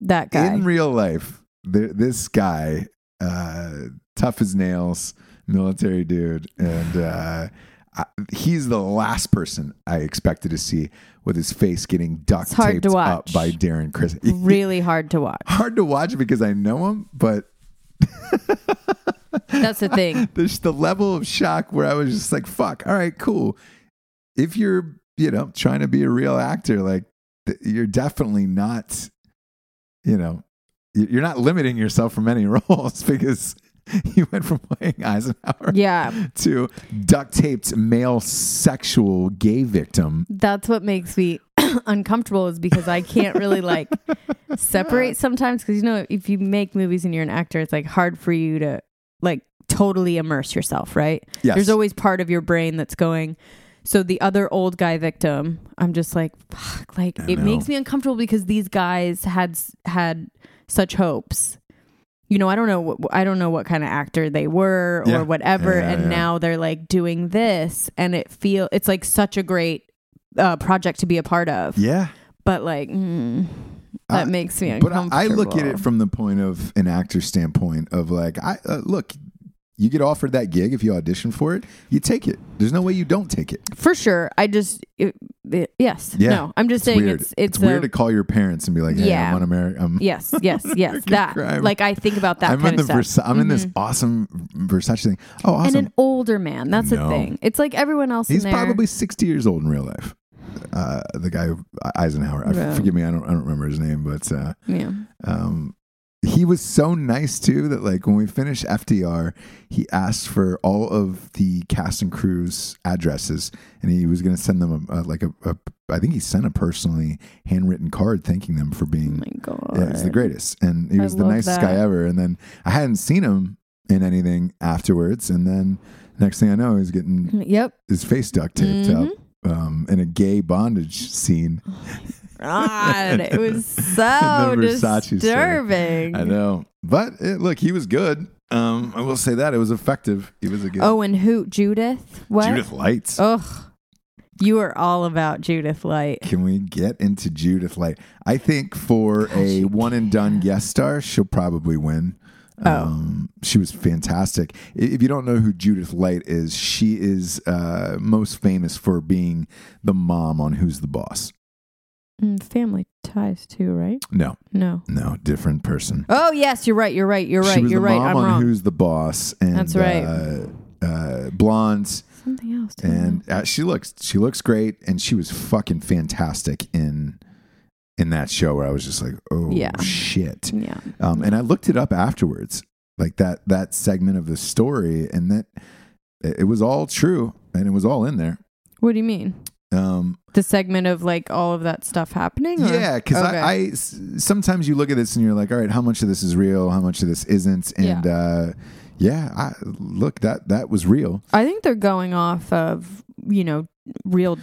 Speaker 5: That guy.
Speaker 1: in real life, th- this guy, uh, tough as nails, military dude, and uh, I, he's the last person I expected to see with his face getting duct
Speaker 5: It's hard
Speaker 1: taped
Speaker 5: to
Speaker 1: up
Speaker 5: watch.
Speaker 1: by Darren Chris.
Speaker 5: really hard to watch.
Speaker 1: hard to watch because I know him, but
Speaker 5: That's the
Speaker 1: *laughs*
Speaker 5: thing.
Speaker 1: there's the level of shock where I was just like, "Fuck, all right, cool." If you're, you know, trying to be a real actor, like th- you're definitely not, you know, y- you're not limiting yourself from any *laughs* roles because *laughs* you went from playing Eisenhower
Speaker 5: Yeah.
Speaker 1: to duct taped male sexual gay victim.
Speaker 5: That's what makes me *coughs* uncomfortable is because I can't really like separate sometimes because you know if you make movies and you're an actor it's like hard for you to like totally immerse yourself, right?
Speaker 1: Yes.
Speaker 5: There's always part of your brain that's going so the other old guy victim, I'm just like fuck, like
Speaker 1: I
Speaker 5: it
Speaker 1: know.
Speaker 5: makes me uncomfortable because these guys had s- had such hopes. You know, I don't know what I don't know what kind of actor they were or
Speaker 1: Yeah.
Speaker 5: whatever
Speaker 1: Yeah,
Speaker 5: and
Speaker 1: yeah.
Speaker 5: now they're like doing this and it feel it's like such a great uh, project to be a part of.
Speaker 1: Yeah.
Speaker 5: But like mm, that
Speaker 1: I-
Speaker 5: makes me
Speaker 1: but
Speaker 5: uncomfortable.
Speaker 1: I, I look at it from the point of an actor standpoint of like i uh, look you get offered that gig if you audition for it you take it there's no way you don't take it
Speaker 5: For sure. I just it, it- yes.
Speaker 1: Yeah.
Speaker 5: No. I'm just saying
Speaker 1: weird.
Speaker 5: it's it's, a,
Speaker 1: weird to call your parents and be like hey
Speaker 5: Yeah.
Speaker 1: i'm on america i'm,
Speaker 5: Yes,
Speaker 1: *laughs*
Speaker 5: yes, yes. that
Speaker 1: crime.
Speaker 5: like I think about that
Speaker 1: I'm, in,
Speaker 5: kind
Speaker 1: the
Speaker 5: of stuff.
Speaker 1: Versa- I'm in this awesome versace thing oh
Speaker 5: and
Speaker 1: awesome
Speaker 5: an older man. That's
Speaker 1: No.
Speaker 5: the thing. It's like everyone else.
Speaker 1: he's
Speaker 5: in there.
Speaker 1: probably 60 years old in real life uh, the guy who- Eisenhower, I,
Speaker 5: Right.
Speaker 1: forgive me, I don't, I don't remember his name, but uh,
Speaker 5: yeah.
Speaker 1: um, he was so nice too that like when we finished FDR, he asked for all of the cast and crew's addresses, and he was going to send them a, a, like a, a I think he sent a personally handwritten card thanking them for
Speaker 5: Oh
Speaker 1: being
Speaker 5: my god.
Speaker 1: yeah, it's the greatest, and he
Speaker 5: I
Speaker 1: was the
Speaker 5: love
Speaker 1: nicest
Speaker 5: that.
Speaker 1: guy ever. And then I hadn't seen him in anything afterwards, and then next thing I know, he's getting *laughs*
Speaker 5: Yep.
Speaker 1: his face duct taped up.
Speaker 5: Mm-hmm.
Speaker 1: Um, in a gay bondage scene,
Speaker 5: God, it was
Speaker 1: *laughs*
Speaker 5: so
Speaker 1: And the Versace story.
Speaker 5: disturbing.
Speaker 1: I know, but eh, look, he was good. Um, I will say that it was effective. He was a good.
Speaker 5: Oh, and who? Judith? What? Oh.
Speaker 1: Judith Light.
Speaker 5: Ugh. You are all about Judith Light.
Speaker 1: Can we get into
Speaker 5: Oh,
Speaker 1: Judith Light? I think for a one and done guest star, she'll probably win.
Speaker 5: Oh.
Speaker 1: Um, she was fantastic. I- If you don't know who Judith Light is, she is uh, most famous for being the mom on Who's the Boss.
Speaker 5: Mm, family ties too, right?
Speaker 1: No,
Speaker 5: No.
Speaker 1: no, different person.
Speaker 5: Oh yes, you're right. You're right. You're right.
Speaker 1: She was
Speaker 5: You're
Speaker 1: the
Speaker 5: right.
Speaker 1: mom
Speaker 5: I'm
Speaker 1: on
Speaker 5: wrong.
Speaker 1: Who's the Boss, and
Speaker 5: That's right.
Speaker 1: Uh, uh, blonde,
Speaker 5: Something else. too.
Speaker 1: and uh, she looks she looks great, and she was fucking fantastic in in that show. Where I was just like, oh
Speaker 5: Yeah. Mm-hmm.
Speaker 1: shit.
Speaker 5: yeah.
Speaker 1: Um, and I looked it up afterwards, like that that segment of the story, and that it it was all true, and it was all in there.
Speaker 5: What do you mean?
Speaker 1: Um,
Speaker 5: The segment of like all of that stuff happening? Or?
Speaker 1: yeah, because
Speaker 5: Okay.
Speaker 1: I, I s- sometimes you look at this and you're like, all right, how much of this is real, how much of this isn't, and
Speaker 5: Yeah.
Speaker 1: uh, yeah, I, look that that was real.
Speaker 5: I think they're going off of you know real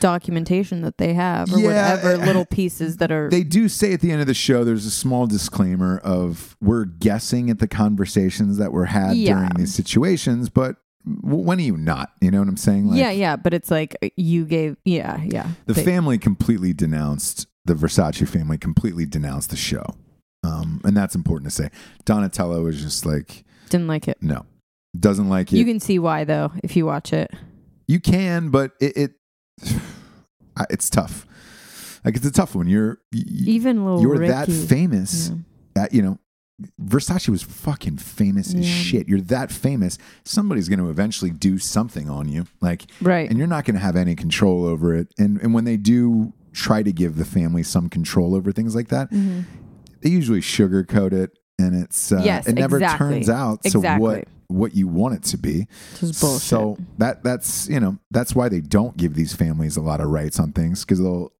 Speaker 5: documentation that they have or
Speaker 1: Yeah,
Speaker 5: whatever
Speaker 1: I-
Speaker 5: little pieces that are
Speaker 1: They do say at the end of the show, there's a small disclaimer of we're guessing at the conversations that were had
Speaker 5: Yeah.
Speaker 1: during these situations, but w- when are you not? You know what I'm saying? Like,
Speaker 5: yeah yeah but it's like uh, you gave yeah yeah
Speaker 1: The
Speaker 5: They-
Speaker 1: family completely denounced the Versace family completely denounced the show, um, and that's important to say. Donatello was just like,
Speaker 5: didn't like it
Speaker 1: no, doesn't like it.
Speaker 5: you can see why though if you watch it
Speaker 1: You can, but it, it *sighs* I- it's tough. Like it's a tough one. You're you,
Speaker 5: even little
Speaker 1: you're
Speaker 5: Ricky,
Speaker 1: that famous.
Speaker 5: yeah.
Speaker 1: That you know, Versace was fucking famous as
Speaker 5: Yeah.
Speaker 1: shit. You're that famous. Somebody's going to eventually do something on you. Like
Speaker 5: right
Speaker 1: and you're not going to have any control over it. And and when they do try to give the family some control over things like that,
Speaker 5: Mm-hmm.
Speaker 1: they usually sugarcoat it, and it's uh,
Speaker 5: Yes,
Speaker 1: it never
Speaker 5: exactly.
Speaker 1: turns out to what
Speaker 5: Exactly.
Speaker 1: what you want it to be.
Speaker 5: Just bullshit.
Speaker 1: So that that's you know that's why they don't give these families a lot of rights on things because they'll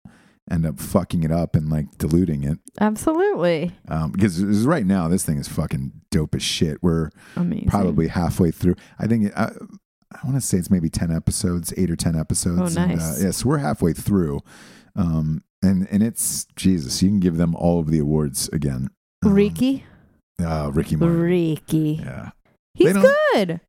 Speaker 1: end up fucking it up and like diluting it.
Speaker 5: absolutely
Speaker 1: Um, because right now this thing is fucking dope as shit. We're
Speaker 5: amazing
Speaker 1: probably halfway through. I think I, I want to say it's maybe ten episodes, eight or ten episodes.
Speaker 5: Oh, nice.
Speaker 1: And, uh, yeah, so we're halfway through, um, and and it's Jesus. You can give them all of the awards again. Um,
Speaker 5: Ricky
Speaker 1: uh, Ricky Martin.
Speaker 4: Ricky.
Speaker 1: Yeah, They
Speaker 5: he's
Speaker 1: don't-
Speaker 5: good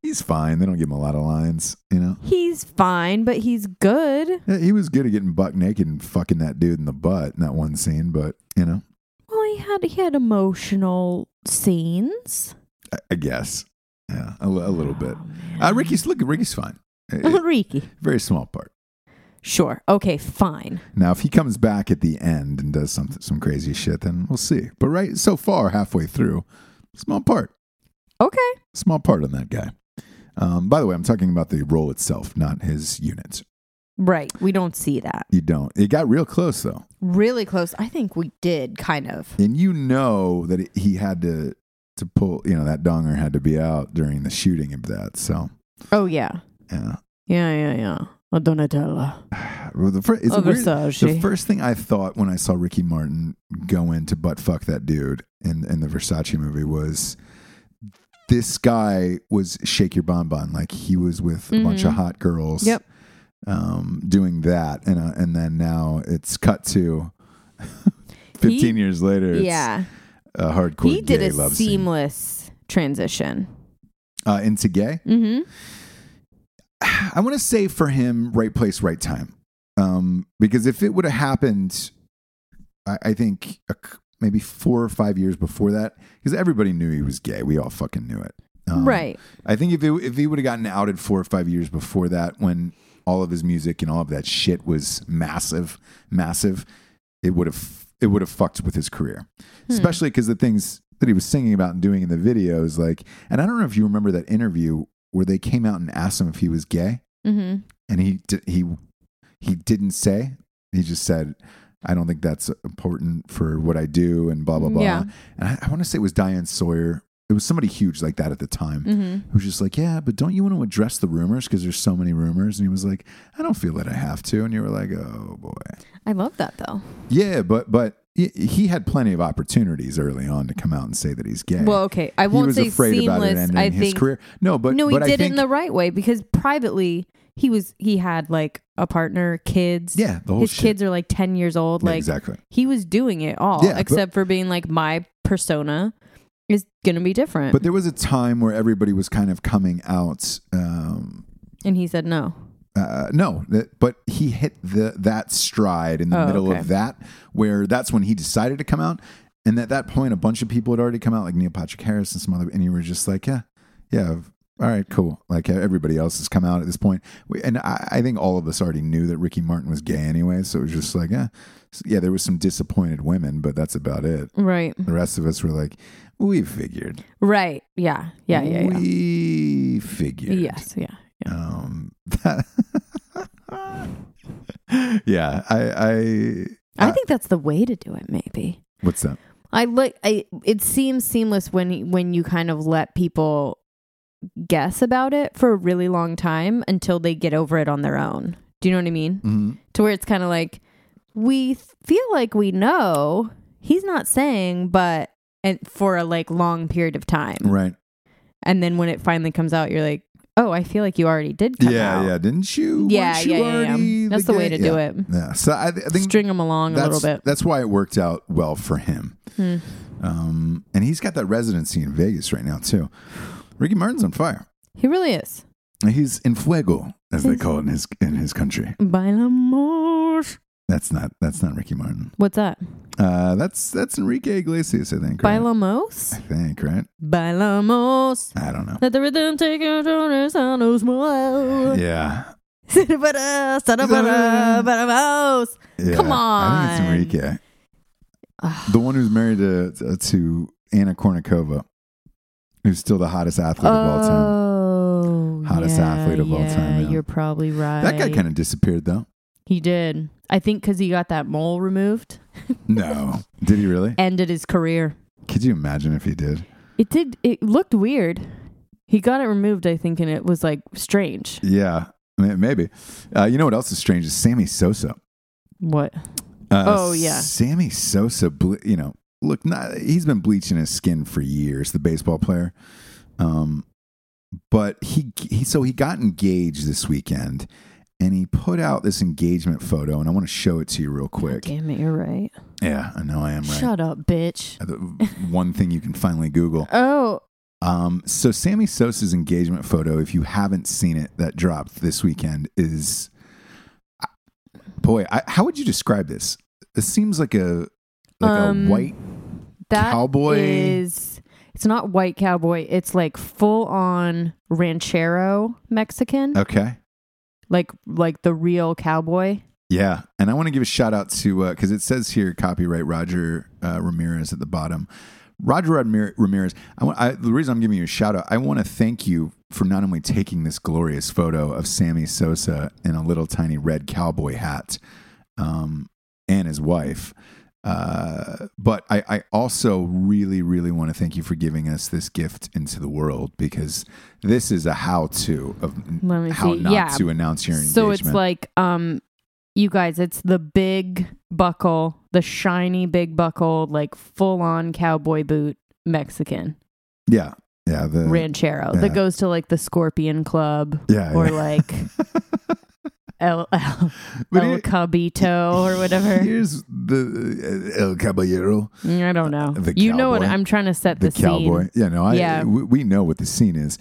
Speaker 1: he's fine. They don't give him a lot of lines, you know.
Speaker 5: he's fine but he's good
Speaker 1: Yeah, He was good at getting buck naked and fucking that dude in the butt in that one scene, but you know,
Speaker 5: well he had he had emotional scenes
Speaker 1: I, I guess, yeah, a, li- a little bit.
Speaker 5: Oh, man.
Speaker 1: Uh, Ricky's look, Ricky's fine. Uh,
Speaker 5: Oh, *laughs* Ricky
Speaker 1: very small part.
Speaker 5: Sure. Okay, fine.
Speaker 1: Now, if he comes back at the end and does some some crazy shit, then we'll see. But right so far, halfway through, small part,
Speaker 5: Okay.
Speaker 1: small part on that guy. Um, by the way, I'm talking about the role itself, not his unit.
Speaker 5: Right. We don't see that.
Speaker 1: You don't. It got real close though,
Speaker 5: Really close. I think we did kind of.
Speaker 1: and you know that it, he had to to pull. You know that donger had to be out during the shooting of that. So
Speaker 5: Oh yeah.
Speaker 1: yeah,
Speaker 5: Yeah, yeah, yeah. A Donatella.
Speaker 1: Well, the, fir- it's
Speaker 5: A
Speaker 1: weird- the
Speaker 5: Versace.
Speaker 1: first thing I thought when I saw Ricky Martin go in to butt fuck that dude in, in the Versace movie was this guy was shake your bonbon like he was with a bunch of hot girls
Speaker 5: Mm-hmm. Yep.
Speaker 1: um, doing that and uh, and then now it's cut to *laughs* 15
Speaker 5: He-
Speaker 1: years later it's
Speaker 5: yeah.
Speaker 1: a hardcore
Speaker 5: He did
Speaker 1: gay
Speaker 5: a
Speaker 1: love scene
Speaker 5: seamless transition.
Speaker 1: uh, into gay
Speaker 5: Mm-hmm.
Speaker 1: I want to say for him, right place, right time. Um, because if it would have happened, I, I think a c maybe four or five years before that, because everybody knew he was gay. We all fucking knew it. Um,
Speaker 5: right.
Speaker 1: I think if it, if he would have gotten outed four or five years before that, when all of his music and all of that shit was massive, massive, it would have it would have fucked with his career, especially because the things that he was singing about and doing in the videos, like, and I don't know if you remember that interview where they came out and asked him if he was gay,
Speaker 5: Mm-hmm.
Speaker 1: and he di- he he didn't say. He just said, "I don't think that's important for what I do," and blah blah blah.
Speaker 5: Mm, Yeah.
Speaker 1: And I, I want to say it was Diane Sawyer. It was somebody huge like that at the time
Speaker 5: Mm-hmm.
Speaker 1: who's just like, yeah, but don't you want to address the rumors because there's so many rumors? And he was like, I don't feel that I have to. And you were like, oh boy,
Speaker 5: I love that though.
Speaker 1: yeah, but but he- he had plenty of opportunities early on to come out and say that he's gay.
Speaker 5: Well, okay. I
Speaker 1: he
Speaker 5: won't
Speaker 1: was
Speaker 5: say
Speaker 1: afraid
Speaker 5: seamless.
Speaker 1: about it ending
Speaker 5: I
Speaker 1: his
Speaker 5: think
Speaker 1: career. No, but
Speaker 5: No, he
Speaker 1: but I
Speaker 5: did it
Speaker 1: think,
Speaker 5: in the right way because privately he was he had like a partner, kids.
Speaker 1: yeah the whole
Speaker 5: His
Speaker 1: shit.
Speaker 5: kids are like ten years old.
Speaker 1: Yeah,
Speaker 5: Like
Speaker 1: exactly.
Speaker 5: he was doing it all
Speaker 1: Yeah, but-
Speaker 5: except for being like my persona is gonna be different
Speaker 1: But there was a time where everybody was kind of coming out. Um,
Speaker 5: and he said no
Speaker 1: uh, no, that, but he hit the that stride in the
Speaker 5: Oh,
Speaker 1: middle
Speaker 5: okay.
Speaker 1: of that where that's when he decided to come out. And at that point, a bunch of people had already come out, like Neil Patrick Harris and some other, and you were just like, yeah, yeah, all right, cool. Like e, everybody else has come out at this point, we, and I, I think all of us already knew that Ricky Martin was gay anyway. So it was just like, yeah, So, yeah. There was some disappointed women, but that's about it.
Speaker 5: Right.
Speaker 1: The rest of us were like, we figured,
Speaker 5: Right. Yeah. Yeah. Yeah. Yeah.
Speaker 1: we figured,
Speaker 5: Yes. Yeah. Yeah.
Speaker 1: Um, that *gasps* yeah, I, I,
Speaker 5: I think that's the way to do it. Maybe.
Speaker 1: what's that?
Speaker 5: I look. I it seems seamless when when you kind of let people guess about it for a really long time until they get over it on their own. Do you know what I mean?
Speaker 1: Mm-hmm.
Speaker 5: To where it's kind of like we th- feel like we know he's not saying, but and for a like long period of time,
Speaker 1: Right.
Speaker 5: and then when it finally comes out, you're like, oh, I feel like you already did. Come
Speaker 1: yeah,
Speaker 5: out.
Speaker 1: yeah. Didn't you?
Speaker 5: Yeah,
Speaker 1: weren't you
Speaker 5: yeah, yeah, yeah.
Speaker 1: already
Speaker 5: That's the way
Speaker 1: guy?
Speaker 5: to do
Speaker 1: Yeah.
Speaker 5: it.
Speaker 1: Yeah. So I, I think
Speaker 5: String them along a
Speaker 1: that's,
Speaker 5: little bit. Hmm.
Speaker 1: That's why it worked out well for him. Um, and he's got that residency in Vegas right now too. Ricky Martin's on fire.
Speaker 5: He really is.
Speaker 1: He's in fuego, as they call it in his in his country.
Speaker 5: Bailamos.
Speaker 1: That's not that's not Ricky Martin.
Speaker 5: What's that?
Speaker 1: Uh, that's that's Enrique Iglesias, I think. Right? I
Speaker 5: Bailamos?
Speaker 1: think right.
Speaker 5: Bailamos.
Speaker 1: I don't know.
Speaker 5: Let the rhythm take control and sound
Speaker 1: *laughs*
Speaker 5: us more.
Speaker 1: Yeah.
Speaker 5: Sa-da-ba-da, sa-da-ba-da, ba-da-bos.
Speaker 1: Yeah.
Speaker 5: Come
Speaker 1: I think it's
Speaker 5: on.
Speaker 1: Enrique, the one who's married to to Anna Kournikova, who's still the hottest athlete of all time.
Speaker 5: Oh,
Speaker 1: Hottest
Speaker 5: yeah,
Speaker 1: athlete of all
Speaker 5: yeah,
Speaker 1: time, yeah.
Speaker 5: You're probably right.
Speaker 1: That guy kind of disappeared, though.
Speaker 5: He did. I think because he got that mole removed, *laughs*
Speaker 1: No, did he really?
Speaker 5: ended his career.
Speaker 1: Could you imagine if he did?
Speaker 5: It did. It looked weird. He got it removed, I think, and it was like strange.
Speaker 1: Yeah, may- maybe. Uh, you know what else is strange is Sammy Sosa.
Speaker 5: What?
Speaker 1: Uh,
Speaker 5: Oh, yeah.
Speaker 1: Sammy Sosa. Ble- you know, look, not he's been bleaching his skin for years. The baseball player, um, but he, he so he got engaged this weekend, and he put out this engagement photo, and I want to show it to you real quick.
Speaker 5: Damn it, you're right.
Speaker 1: Yeah, I know I am right. Uh,
Speaker 5: Shut up, bitch.
Speaker 1: The One thing you can finally Google.
Speaker 5: Oh,
Speaker 1: Um, so Sammy Sosa's engagement photo, if you haven't seen it, that dropped this weekend is, boy, I, how would you describe this? It seems like a like
Speaker 5: Um,
Speaker 1: a white
Speaker 5: that
Speaker 1: Cowboy.
Speaker 5: is. It's not white cowboy. It's like full on ranchero Mexican,
Speaker 1: okay,
Speaker 5: like like the real cowboy.
Speaker 1: yeah. And I want to give a shout out to because it says here copyright Roger uh, Ramirez at the bottom. Roger Ramir- Ramirez, I want, I, the reason I'm giving you a shout out, I want to thank you for not only taking this glorious photo of Sammy Sosa in a little tiny red cowboy hat, um, and his wife. Uh, but I, I also really, really want to thank you for giving us this gift into the world because this is a how-to
Speaker 5: Let
Speaker 1: of
Speaker 5: me
Speaker 1: how
Speaker 5: see.
Speaker 1: not
Speaker 5: Yeah.
Speaker 1: to announce your engagement.
Speaker 5: So it's like, um, you guys, it's the big buckle, the shiny big buckle, like full on cowboy boot Mexican
Speaker 1: yeah, yeah, the
Speaker 5: ranchero
Speaker 1: yeah.
Speaker 5: that goes to like the Scorpion Club
Speaker 1: yeah, *laughs*
Speaker 5: or
Speaker 1: yeah.
Speaker 5: like El, El,
Speaker 1: But
Speaker 5: El
Speaker 1: it-
Speaker 5: Cabito or
Speaker 1: *laughs*
Speaker 5: whatever.
Speaker 1: Here's the uh, El Caballero,
Speaker 5: Mm, I don't know.
Speaker 1: The
Speaker 5: you know what
Speaker 1: cowboy.
Speaker 5: I'm trying to set
Speaker 1: the,
Speaker 5: the,
Speaker 1: cowboy.
Speaker 5: scene.
Speaker 1: Yeah, no, I
Speaker 5: Yeah.
Speaker 1: we, we know what the scene is.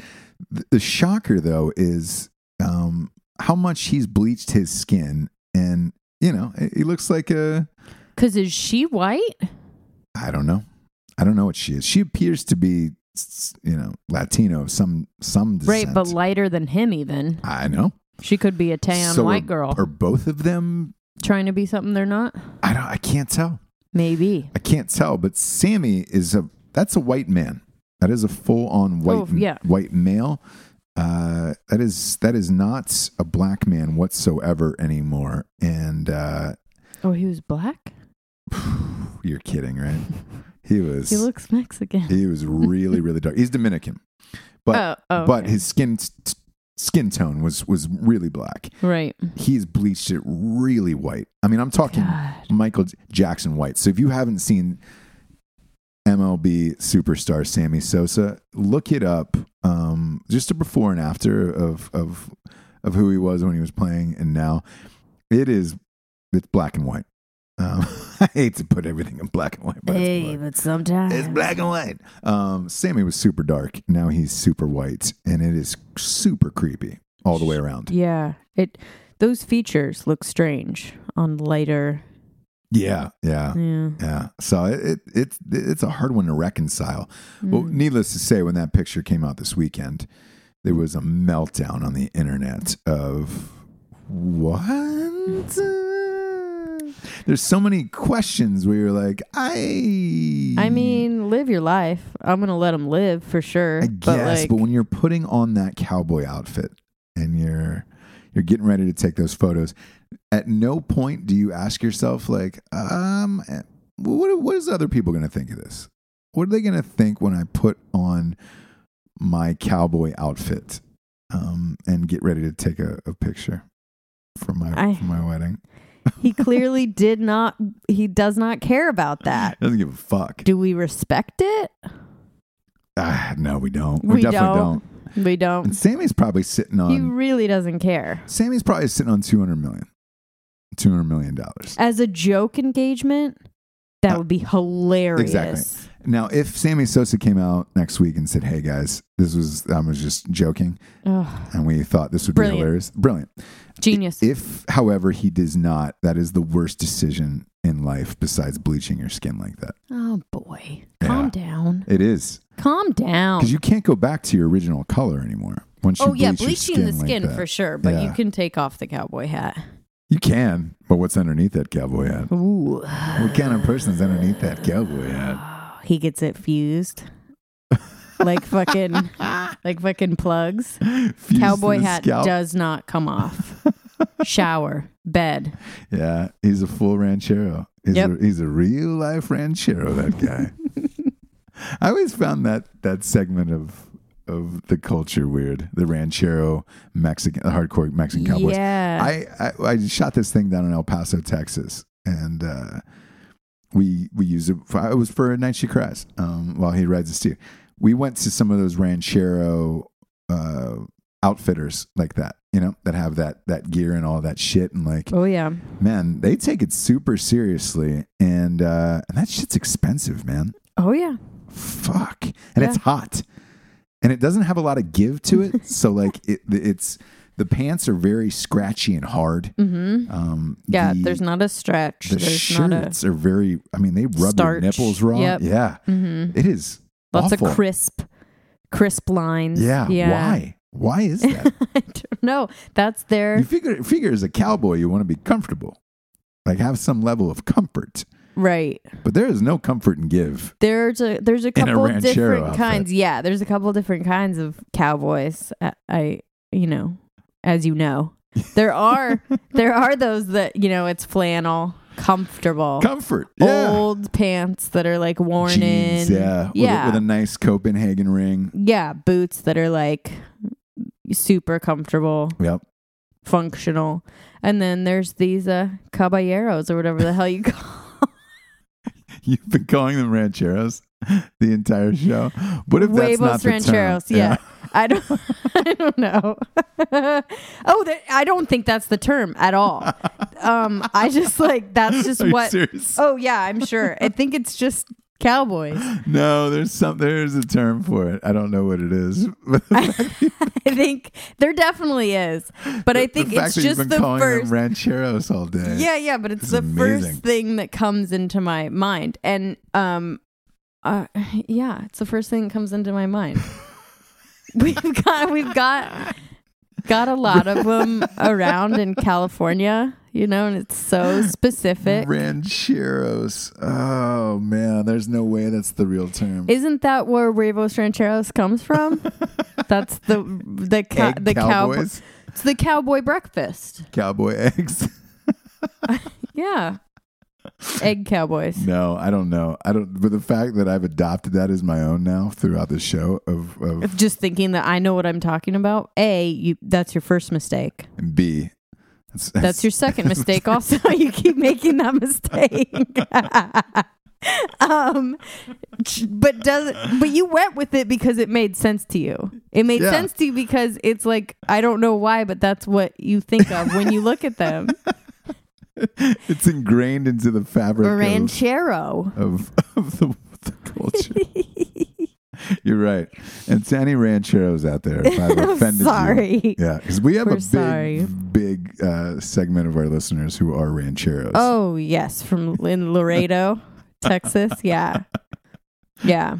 Speaker 1: The, the shocker though is um, how much he's bleached his skin, and you know, he looks like a
Speaker 5: Cause is she white?
Speaker 1: I don't know. I don't know what she is. She appears to be, s- you know, Latino of some some descent.
Speaker 5: Right, but lighter than him even.
Speaker 1: I know.
Speaker 5: She could be a tan
Speaker 1: So
Speaker 5: white
Speaker 1: are-
Speaker 5: girl
Speaker 1: Are both of them?
Speaker 5: trying to be something they're not.
Speaker 1: I don't. I can't tell.
Speaker 5: Maybe.
Speaker 1: I can't tell. But Sammy is a. That's a white man. That is a full on white
Speaker 5: Oh, yeah.
Speaker 1: white male. Uh, that is that is not a black man whatsoever anymore. And uh,
Speaker 5: Oh, he was black?
Speaker 1: you're kidding, right? He was.
Speaker 5: *laughs* He looks Mexican.
Speaker 1: he
Speaker 5: *laughs*
Speaker 1: was really really dark. He's Dominican, but
Speaker 5: oh, oh,
Speaker 1: but
Speaker 5: okay.
Speaker 1: his skin t- t- skin tone was was really black.
Speaker 5: right.
Speaker 1: He's bleached it really white. I mean, I'm talking Michael J- Jackson white. So if you haven't seen MLB superstar Sammy Sosa, look it up. Um, just a before and after of of of who he was when he was playing and now. It is it's black and white. Um, *laughs* I hate to put everything in black and white, but it's black.
Speaker 5: but sometimes
Speaker 1: It's black and white. Um, Sammy was super dark. Now he's super white, and it is super creepy all the way around.
Speaker 5: Yeah. It those features look strange on lighter
Speaker 1: Yeah, yeah,
Speaker 5: Yeah.
Speaker 1: yeah. So it, it it's it's a hard one to reconcile. Well,
Speaker 5: Mm.
Speaker 1: needless to say, when that picture came out this weekend, there was a meltdown on the internet of
Speaker 5: *laughs*
Speaker 1: what. There's so many questions where you're like, I.
Speaker 5: I mean, live your life. I'm gonna let him live for sure.
Speaker 1: I
Speaker 5: *laughs* but
Speaker 1: guess,
Speaker 5: like,
Speaker 1: but when you're putting on that cowboy outfit and you're you're getting ready to take those photos, at no point do you ask yourself like, um, eh, what what is other people going to think of this? What are they going to think when I put on my cowboy outfit um, and get ready to take a, a picture for my
Speaker 5: I-
Speaker 1: for my wedding? *laughs*
Speaker 5: he clearly did not. He does not care about that.
Speaker 1: Doesn't give a fuck.
Speaker 5: Do we respect it?
Speaker 1: Ah, no, we don't.
Speaker 5: We
Speaker 1: definitely
Speaker 5: don't.
Speaker 1: don't.
Speaker 5: We
Speaker 1: And
Speaker 5: don't.
Speaker 1: Sammy's probably sitting
Speaker 5: He
Speaker 1: on
Speaker 5: really doesn't care.
Speaker 1: Sammy's probably sitting on 200 million. 200 million dollars.
Speaker 5: As a joke engagement, that
Speaker 1: Uh,
Speaker 5: would be hilarious.
Speaker 1: Now, if Sammy Sosa came out next week and said, "Hey guys, this was I was just joking
Speaker 5: Ugh,
Speaker 1: and we thought this would
Speaker 5: Brilliant.
Speaker 1: be hilarious." Brilliant.
Speaker 5: genius.
Speaker 1: If, however, he does not, that is the worst decision in life besides bleaching your skin like that.
Speaker 5: oh boy,
Speaker 1: Yeah.
Speaker 5: calm down.
Speaker 1: It is.
Speaker 5: Calm down.
Speaker 1: Cuz you can't go back to your original color anymore. Once you
Speaker 5: oh yeah,
Speaker 1: bleach your
Speaker 5: bleaching the
Speaker 1: like
Speaker 5: skin
Speaker 1: that.
Speaker 5: for sure, but you
Speaker 1: Yeah.
Speaker 5: can take off the cowboy hat.
Speaker 1: You can, but what's underneath that cowboy hat?
Speaker 5: Ooh,
Speaker 1: What kind of person's underneath that cowboy hat?
Speaker 5: *sighs* he gets
Speaker 1: *laughs*
Speaker 5: it fused. like fucking, like fucking plugs.
Speaker 1: Fused to
Speaker 5: *laughs* Cowboy
Speaker 1: the
Speaker 5: hat
Speaker 1: scalp?
Speaker 5: does not
Speaker 1: *laughs*
Speaker 5: come off. Shower, bed.
Speaker 1: Yeah, he's a full ranchero. He's,
Speaker 5: Yep.
Speaker 1: a, he's a real life ranchero. That
Speaker 5: *laughs*
Speaker 1: guy. I always found that that segment of of the culture weird. The ranchero Mexican, the hardcore Mexican cowboys.
Speaker 5: Yeah.
Speaker 1: I, I I shot this thing down in El Paso, Texas, and uh, we we used it. For, it was for a night she cries. Um, while he rides a steer, we went to some of those ranchero uh, outfitters like that. You know that have that that gear and all that shit and like
Speaker 5: oh yeah.
Speaker 1: man, they take it super seriously, and uh, and that shit's expensive, man.
Speaker 5: Oh yeah.
Speaker 1: Fuck, and it's hot, and it doesn't have a lot of give to
Speaker 5: *laughs*
Speaker 1: it. so like, it, it's the pants are very scratchy and hard.
Speaker 5: Mm-hmm.
Speaker 1: Um,
Speaker 5: Yeah.
Speaker 1: the,
Speaker 5: there's not a stretch.
Speaker 1: the
Speaker 5: there's not a.
Speaker 1: shirts are very. I mean, they rub
Speaker 5: Starch.
Speaker 1: your nipples raw.
Speaker 5: Yep.
Speaker 1: Yeah,
Speaker 5: Mm-hmm.
Speaker 1: it is.
Speaker 5: Lots
Speaker 1: awful.
Speaker 5: of crisp, crisp lines.
Speaker 1: Yeah. Why? Why is that?
Speaker 5: *laughs* I don't know. That's
Speaker 1: you
Speaker 5: their
Speaker 1: figure figure as a cowboy, you want to be comfortable, like have some level of comfort.
Speaker 5: right.
Speaker 1: But there is no comfort in give.
Speaker 5: There's a there's a
Speaker 1: a
Speaker 5: couple
Speaker 1: ranchero
Speaker 5: different
Speaker 1: outfit.
Speaker 5: kinds. Yeah, there's a couple different kinds of cowboys. I, I you know, as
Speaker 1: *laughs*
Speaker 5: you know, there are there are those that you know it's flannel, comfortable,
Speaker 1: Comfort. Yeah.
Speaker 5: old pants that are like worn
Speaker 1: Jeans,
Speaker 5: in.
Speaker 1: Yeah. With a-
Speaker 5: yeah,
Speaker 1: With, a nice Copenhagen ring.
Speaker 5: yeah, boots that are like super comfortable.
Speaker 1: Yep. *laughs*
Speaker 5: functional. And then there's these uh caballeros or whatever the hell you call.
Speaker 1: You've been calling them rancheros *laughs* the entire show. What if that's not
Speaker 5: Huevos
Speaker 1: the term?
Speaker 5: rancheros, yeah. I don't *laughs* I don't know. *laughs* oh, that, I don't think that's the term at all. Um I just like that's
Speaker 1: *laughs*
Speaker 5: just
Speaker 1: Are you
Speaker 5: what
Speaker 1: serious?
Speaker 5: Oh yeah, I'm sure. I think it's just cowboys.
Speaker 1: No, there's some there's a term for it. I don't know what it is. But the fact-
Speaker 5: I think there definitely is. But I
Speaker 1: the
Speaker 5: think
Speaker 1: fact
Speaker 5: it's
Speaker 1: that
Speaker 5: just
Speaker 1: you've
Speaker 5: the
Speaker 1: been calling
Speaker 5: first
Speaker 1: them rancheros all day.
Speaker 5: Yeah, yeah, but it's
Speaker 1: It's
Speaker 5: the
Speaker 1: amazing.
Speaker 5: first thing that comes into my mind, and um, uh, *sighs* yeah, it's the first thing that comes into
Speaker 1: *laughs*
Speaker 5: my mind. we've got we've got got a lot
Speaker 1: *laughs*
Speaker 5: of them around in California, you know, and it's so specific.
Speaker 1: Rancheros. Oh man, there's no way that's the real term.
Speaker 5: Isn't that where Huevos Rancheros comes from? That's the
Speaker 1: *laughs*
Speaker 5: the cow
Speaker 1: Egg
Speaker 5: the cowboy.
Speaker 1: cowboys,
Speaker 5: It's the cowboy breakfast.
Speaker 1: cowboy *laughs* eggs. *laughs*
Speaker 5: Yeah, egg cowboys.
Speaker 1: No, I don't know. I don't. But the fact that I've adopted that as my own now throughout the show of, of
Speaker 5: If just thinking that I know what I'm talking about. A, you that's your first mistake.
Speaker 1: and B, that's,
Speaker 5: That's your second mistake. Also, *laughs* you keep making that mistake. *laughs* um, ch- but does but you went with it because it made sense to you. It made
Speaker 1: Yeah.
Speaker 5: sense to you because it's like I don't know why, but that's what you think of when you look at
Speaker 1: *laughs*
Speaker 5: them.
Speaker 1: it's ingrained into the fabric of,
Speaker 5: Ranchero. *laughs*
Speaker 1: of, of the, the culture. You're right. And to any rancheros out there, if I've
Speaker 5: *laughs*
Speaker 1: offended you-
Speaker 5: sorry.
Speaker 1: Yeah, because we have
Speaker 5: We're
Speaker 1: a big,
Speaker 5: sorry.
Speaker 1: big uh, segment of our listeners who are rancheros.
Speaker 5: Oh yes, from in Laredo, Texas.
Speaker 1: *laughs*
Speaker 5: Yeah, yeah.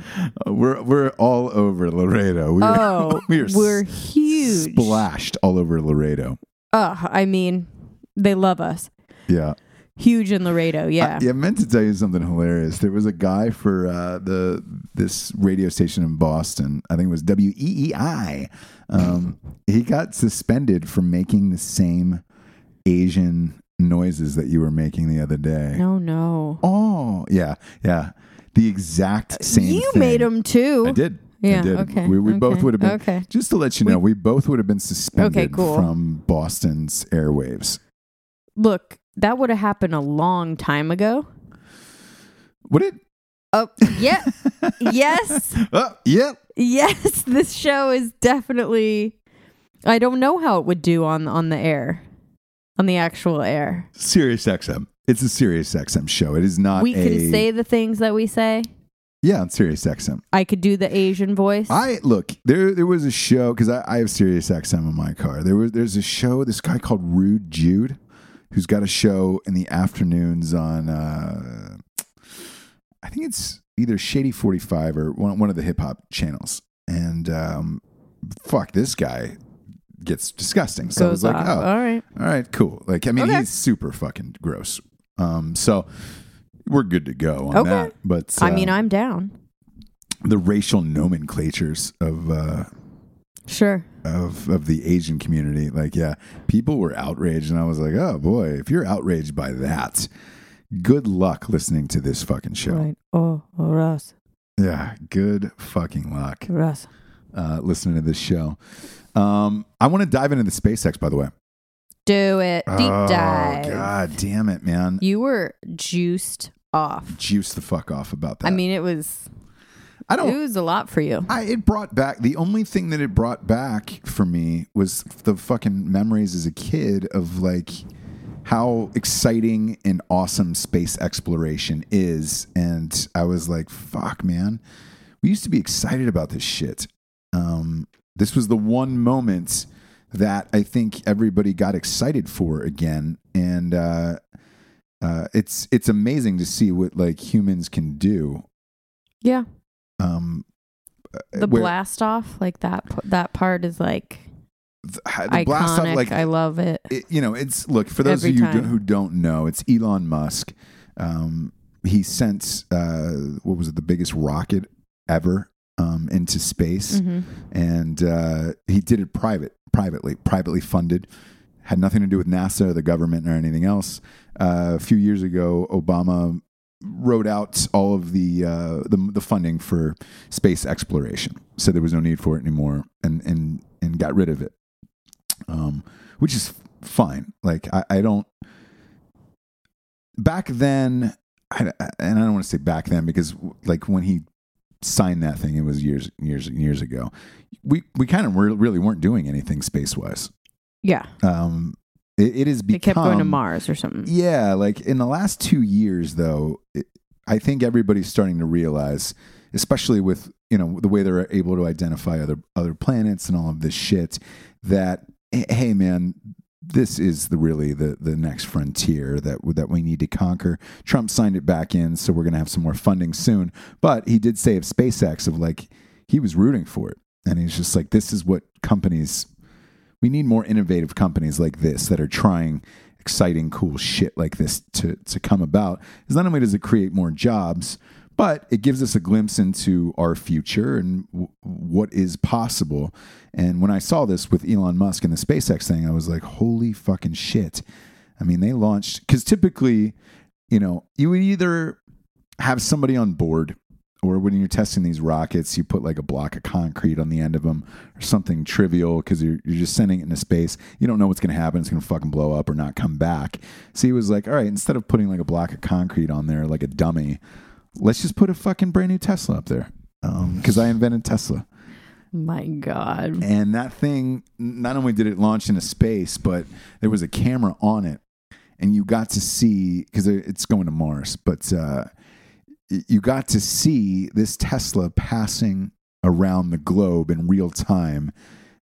Speaker 1: Uh, We're we're all over Laredo. We are
Speaker 5: Oh,
Speaker 1: we are
Speaker 5: we're,
Speaker 1: s-
Speaker 5: huge.
Speaker 1: splashed all over Laredo.
Speaker 5: Oh, I mean, they love us.
Speaker 1: Yeah.
Speaker 5: Huge in Laredo. Yeah.
Speaker 1: I, Uh, yeah, I meant to tell you something hilarious. There was a guy for uh, the this radio station in Boston. I think it was WEEI. Um, he got suspended for making the same Asian noises that you were making the other day.
Speaker 5: No, no.
Speaker 1: Oh, yeah, yeah. The exact same.
Speaker 5: Uh, you
Speaker 1: thing.
Speaker 5: made them too.
Speaker 1: I did. I
Speaker 5: Yeah,
Speaker 1: did.
Speaker 5: okay,
Speaker 1: We, we both
Speaker 5: okay,
Speaker 1: would have been.
Speaker 5: okay.
Speaker 1: Just to let you know, we, both would have been suspended
Speaker 5: Okay, cool.
Speaker 1: from Boston's airwaves.
Speaker 5: Look, that would have happened a long time ago.
Speaker 1: Would it?
Speaker 5: Oh,
Speaker 1: *laughs*
Speaker 5: yeah. yes.
Speaker 1: Oh, yeah.
Speaker 5: Yes. This show is definitely. I don't know how it would do on on the air, on the actual air.
Speaker 1: Sirius XM. It's a Sirius XM show. It is not.
Speaker 5: we
Speaker 1: Uh, a,
Speaker 5: can say the things that we say.
Speaker 1: Yeah, on Sirius XM.
Speaker 5: I could do the Asian voice.
Speaker 1: I look there. There was a show because I, I have Sirius XM in my car. There was there's a show. This guy called Rude Jude, who's got a show in the afternoons on. Uh, I think it's either Shady Forty Five or one one of the hip hop channels. And um, fuck, this guy gets disgusting. So I was
Speaker 5: Goes
Speaker 1: like,
Speaker 5: off.
Speaker 1: oh,
Speaker 5: All right.
Speaker 1: all right, cool. Like, I mean,
Speaker 5: Okay.
Speaker 1: he's super fucking gross. Um, so we're good to go on
Speaker 5: Okay.
Speaker 1: that. But
Speaker 5: I mean,
Speaker 1: uh,
Speaker 5: I'm down.
Speaker 1: the racial nomenclatures of uh,
Speaker 5: Sure.
Speaker 1: of of the Asian community, like, yeah, people were outraged, and I was like, oh boy, if you're outraged by that, good luck listening to this fucking show.
Speaker 5: Right. Oh, oh, Ross.
Speaker 1: Yeah, good fucking luck
Speaker 5: Ross.
Speaker 1: uh, listening to this show. Um, I want to dive into the SpaceX, by the way.
Speaker 5: Do it. Deep
Speaker 1: oh,
Speaker 5: dive.
Speaker 1: God damn it, man!
Speaker 5: You were juiced off.
Speaker 1: Juice the fuck off about that.
Speaker 5: I mean, it was
Speaker 1: Uh, I don't.
Speaker 5: it was a lot for you.
Speaker 1: I, it brought back the only thing that it brought back for me was the fucking memories as a kid of like how exciting and awesome space exploration is and i was like fuck man we used to be excited about this shit um, this was the one moment that i think everybody got excited for again and uh, uh, it's it's amazing to see what like humans can do
Speaker 5: Yeah.
Speaker 1: um, uh,
Speaker 5: The
Speaker 1: where-
Speaker 5: blast off, like that p- that part is like
Speaker 1: the the
Speaker 5: iconic.
Speaker 1: blast off like
Speaker 5: I love it.
Speaker 1: it- you know it's look for those
Speaker 5: Every
Speaker 1: of you do,
Speaker 5: time.
Speaker 1: who don't know it's elon musk um, he sent uh, what was it the biggest rocket ever um, into space
Speaker 5: Mhm.
Speaker 1: and uh, he did it private privately privately funded had nothing to do with nasa or the government or anything else uh, a few years ago obama wrote out all of the, uh, the the funding for space exploration so there was no need for it anymore and and and got rid of it um, which is fine. Like I, I don't. Back then, I, I- and I don't want to say back then because like when he signed that thing, it was years, years, and years ago. We we kind of were, really weren't doing anything space wise.
Speaker 5: Yeah.
Speaker 1: Um, it, it has become
Speaker 5: They kept going to Mars or something.
Speaker 1: yeah, like in the last two years, though, it, I think everybody's starting to realize, especially with you know the way they're able to identify other other planets and all of this shit, that h- hey, man, this is the really the the next frontier that that we need to conquer. Trump signed it back in, so we're gonna have some more funding soon. But he did say of SpaceX of like he was rooting for it, and he's just like, this is what companies we need more innovative companies like this that are trying exciting, cool shit like this to, to come about. Because not only does it create more jobs, but it gives us a glimpse into our future and w- what is possible. And when I saw this with Elon Musk and the SpaceX thing, I was like, holy fucking shit. I mean, they launched, because typically, you know, you would either have somebody on board or when you're testing these rockets you put like a block of concrete on the end of them or something trivial because you're, you're just sending it into space you don't know what's going to happen it's going to fucking blow up or not come back so he was like all right instead of putting like a block of concrete on there like a dummy let's just put a fucking brand new tesla up there because i invented tesla
Speaker 5: My God.
Speaker 1: and that thing not only did it launch into space but there was a camera on it and you got to see because it's going to mars but uh, y- you got to see this tesla passing around the globe in real time.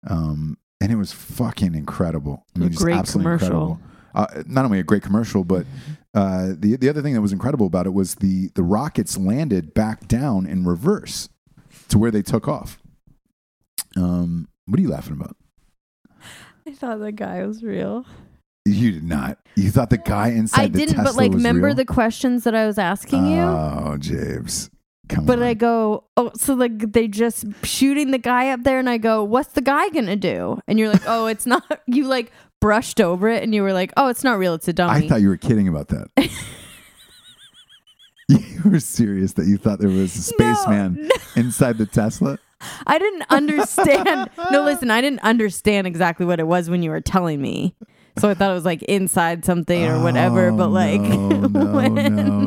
Speaker 1: Um, and it was fucking incredible. I
Speaker 5: A
Speaker 1: mean, just
Speaker 5: great
Speaker 1: absolutely
Speaker 5: commercial.
Speaker 1: incredible. Uh, not only a great commercial, but uh, the the other thing that was incredible about it was the the rockets landed back down in reverse to where they took off. Um, what are you laughing about?
Speaker 5: I thought the guy was real.
Speaker 1: You did not. You thought the guy inside
Speaker 5: I
Speaker 1: the
Speaker 5: didn't,
Speaker 1: Tesla
Speaker 5: but like,
Speaker 1: was
Speaker 5: remember
Speaker 1: real?
Speaker 5: the questions that I was asking you?
Speaker 1: Oh, James, come
Speaker 5: But
Speaker 1: on.
Speaker 5: I go, oh, so like they just shooting the guy up there, and I go, what's the guy gonna do? And you're like, oh, it's not. *laughs* You like brushed over it, and you were like, oh, it's not real. It's a dummy.
Speaker 1: I thought you were kidding about
Speaker 5: *laughs*
Speaker 1: that. *laughs* you were serious that you thought there was a
Speaker 5: No,
Speaker 1: spaceman
Speaker 5: no.
Speaker 1: inside the
Speaker 5: *laughs*
Speaker 1: Tesla. *laughs*
Speaker 5: I didn't understand. *laughs* no, listen, I didn't understand exactly what it was when you were telling me. So I thought it was like inside something or whatever,
Speaker 1: Oh,
Speaker 5: but like, *laughs*
Speaker 1: no, no,
Speaker 5: when-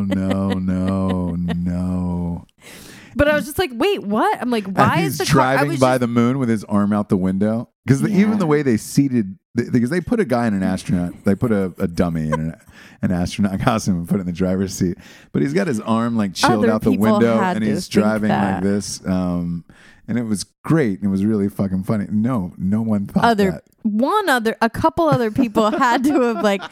Speaker 1: no, no, no, no.
Speaker 5: *laughs* but I was just like, wait, what? I'm like,
Speaker 1: And
Speaker 5: why
Speaker 1: he's
Speaker 5: is the car- I
Speaker 1: driving
Speaker 5: was
Speaker 1: by
Speaker 5: just-
Speaker 1: the moon with his arm out the window because even the way they seated th- because they put a guy in an astronaut they put a, a dummy in an, an astronaut costume and put it in the driver's seat but he's got his arm like chilled
Speaker 5: Other
Speaker 1: out the
Speaker 5: people
Speaker 1: window
Speaker 5: had
Speaker 1: and
Speaker 5: to
Speaker 1: he's
Speaker 5: think
Speaker 1: driving like
Speaker 5: that.
Speaker 1: this um and it was great and it was really fucking funny no no one thought
Speaker 5: other
Speaker 1: that.
Speaker 5: one other a couple other people had to have like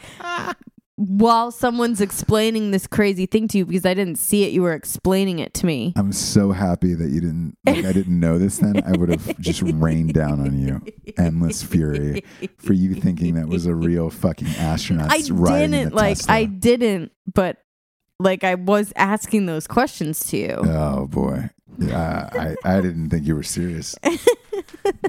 Speaker 5: while someone's explaining this crazy thing to you because I didn't see it, you were explaining it to me.
Speaker 1: I'm so happy that you didn't like I didn't know this then. I would have just rained down on you endless fury for you thinking that was a real fucking astronaut.
Speaker 5: I
Speaker 1: riding
Speaker 5: didn't
Speaker 1: a
Speaker 5: like
Speaker 1: Tesla.
Speaker 5: I didn't, but like I was asking those questions to you.
Speaker 1: Oh boy. Yeah, I, I, I didn't think you were
Speaker 5: *laughs*
Speaker 1: serious.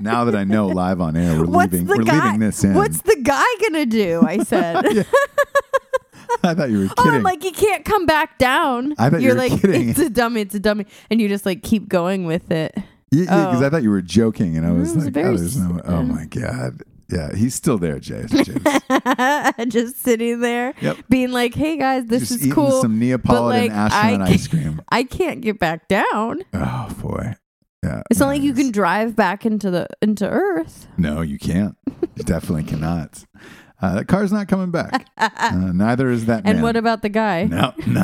Speaker 1: now that I know live on air, we're
Speaker 5: what's
Speaker 1: leaving
Speaker 5: the
Speaker 1: we're
Speaker 5: guy?
Speaker 1: leaving this in.
Speaker 5: What's the guy gonna do? I said.
Speaker 1: *laughs* I thought you were
Speaker 5: Oh,
Speaker 1: kidding.
Speaker 5: I'm like, you can't come back down.
Speaker 1: I thought you
Speaker 5: You're
Speaker 1: were
Speaker 5: like,
Speaker 1: kidding.
Speaker 5: it's a dummy, it's a dummy. And you just like keep going with it. *laughs*
Speaker 1: Yeah, because
Speaker 5: Oh.
Speaker 1: I thought you were joking, and I was
Speaker 5: it was
Speaker 1: like,
Speaker 5: very
Speaker 1: oh, there's no,
Speaker 5: s-
Speaker 1: oh my god, yeah, he's still there, James.
Speaker 5: *laughs*
Speaker 1: James.
Speaker 5: just sitting there
Speaker 1: Yep.
Speaker 5: being like, hey guys, this
Speaker 1: Just
Speaker 5: is
Speaker 1: eating
Speaker 5: cool.
Speaker 1: some Neapolitan
Speaker 5: but, like,
Speaker 1: astronaut
Speaker 5: I can't-
Speaker 1: ice cream.
Speaker 5: *laughs* I can't get back down.
Speaker 1: Oh boy, yeah.
Speaker 5: It's not like you
Speaker 1: nice.
Speaker 5: can drive back into the into Earth.
Speaker 1: No, you can't. You definitely cannot. Uh, that car's not coming
Speaker 5: *laughs*
Speaker 1: back. Uh, neither is that.
Speaker 5: And
Speaker 1: man.
Speaker 5: what about the guy? *laughs*
Speaker 1: No, no.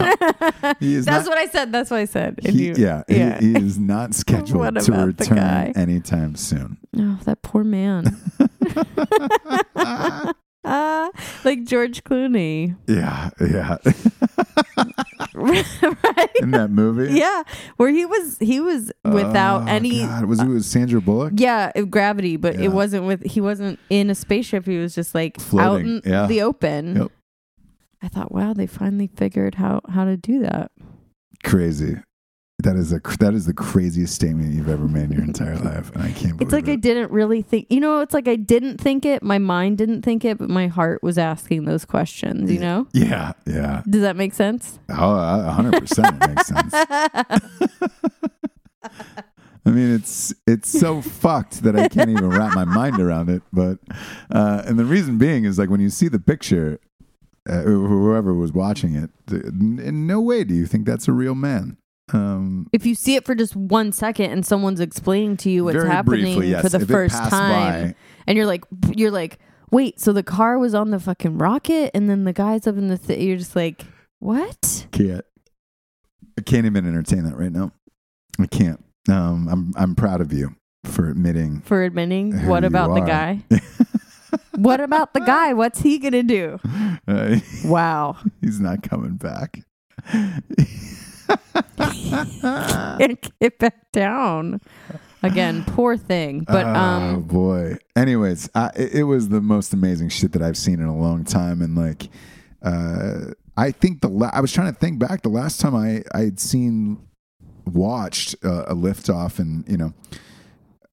Speaker 1: He is
Speaker 5: That's
Speaker 1: not-
Speaker 5: what I said. That's what I said. And
Speaker 1: he-
Speaker 5: you-
Speaker 1: yeah, he-
Speaker 5: yeah.
Speaker 1: He, is
Speaker 5: *laughs*
Speaker 1: not scheduled
Speaker 5: What
Speaker 1: to
Speaker 5: about the
Speaker 1: return
Speaker 5: guy?
Speaker 1: anytime soon.
Speaker 5: *laughs*
Speaker 1: *laughs*
Speaker 5: Oh, that poor man. *laughs* Ah, like George Clooney, *laughs*
Speaker 1: Yeah, yeah. *laughs*
Speaker 5: right?
Speaker 1: In that movie,
Speaker 5: Yeah, where he was, he was without
Speaker 1: Oh,
Speaker 5: any. uh,
Speaker 1: God. Was it with Sandra Bullock?
Speaker 5: Yeah, it- gravity, but
Speaker 1: Yeah.
Speaker 5: it wasn't with. He wasn't in a spaceship. He was just like
Speaker 1: Floating,
Speaker 5: out in
Speaker 1: yeah.
Speaker 5: the open.
Speaker 1: Yep.
Speaker 5: I thought, wow, they finally figured how how to do that.
Speaker 1: Crazy. That is a cr- that is the craziest statement you've ever made in your entire life, and I can't believe
Speaker 5: It's like I
Speaker 1: it.
Speaker 5: didn't really think. You know, it's like I didn't think it. My mind didn't think it, but my heart was asking those questions. You know,
Speaker 1: yeah, yeah.
Speaker 5: does that make
Speaker 1: *laughs*
Speaker 5: sense?
Speaker 1: Oh, a hundred percent it makes sense. I mean, it's it's so *laughs* fucked that I can't even wrap my mind around it. But uh, and the reason being is like when you see the picture, uh, wh- whoever was watching it, th- in no way do you think that's a real man. Um,
Speaker 5: if you see it for just one second and someone's explaining to you what's
Speaker 1: Very
Speaker 5: happening
Speaker 1: briefly, yes.
Speaker 5: for the
Speaker 1: If it
Speaker 5: first
Speaker 1: passed
Speaker 5: time
Speaker 1: by-
Speaker 5: and you're like you're like wait so the car was on the fucking rocket and then the guys up in the thi- you're just like what
Speaker 1: can't I can't even entertain that right now. I can't. Um, I'm I'm proud of you for admitting.
Speaker 5: for admitting
Speaker 1: Who
Speaker 5: what
Speaker 1: you
Speaker 5: about the
Speaker 1: are. *laughs*
Speaker 5: guy what about the guy what's he gonna do
Speaker 1: Uh, *laughs*
Speaker 5: wow
Speaker 1: he's not coming back. *laughs*
Speaker 5: *laughs* can't get back down again poor thing but
Speaker 1: oh
Speaker 5: um
Speaker 1: boy. Anyways, I, it it was the most amazing shit that I've seen in a long time, and like, uh, I think the la- I was trying to think back the last time I I had seen watched uh, a liftoff, and you know,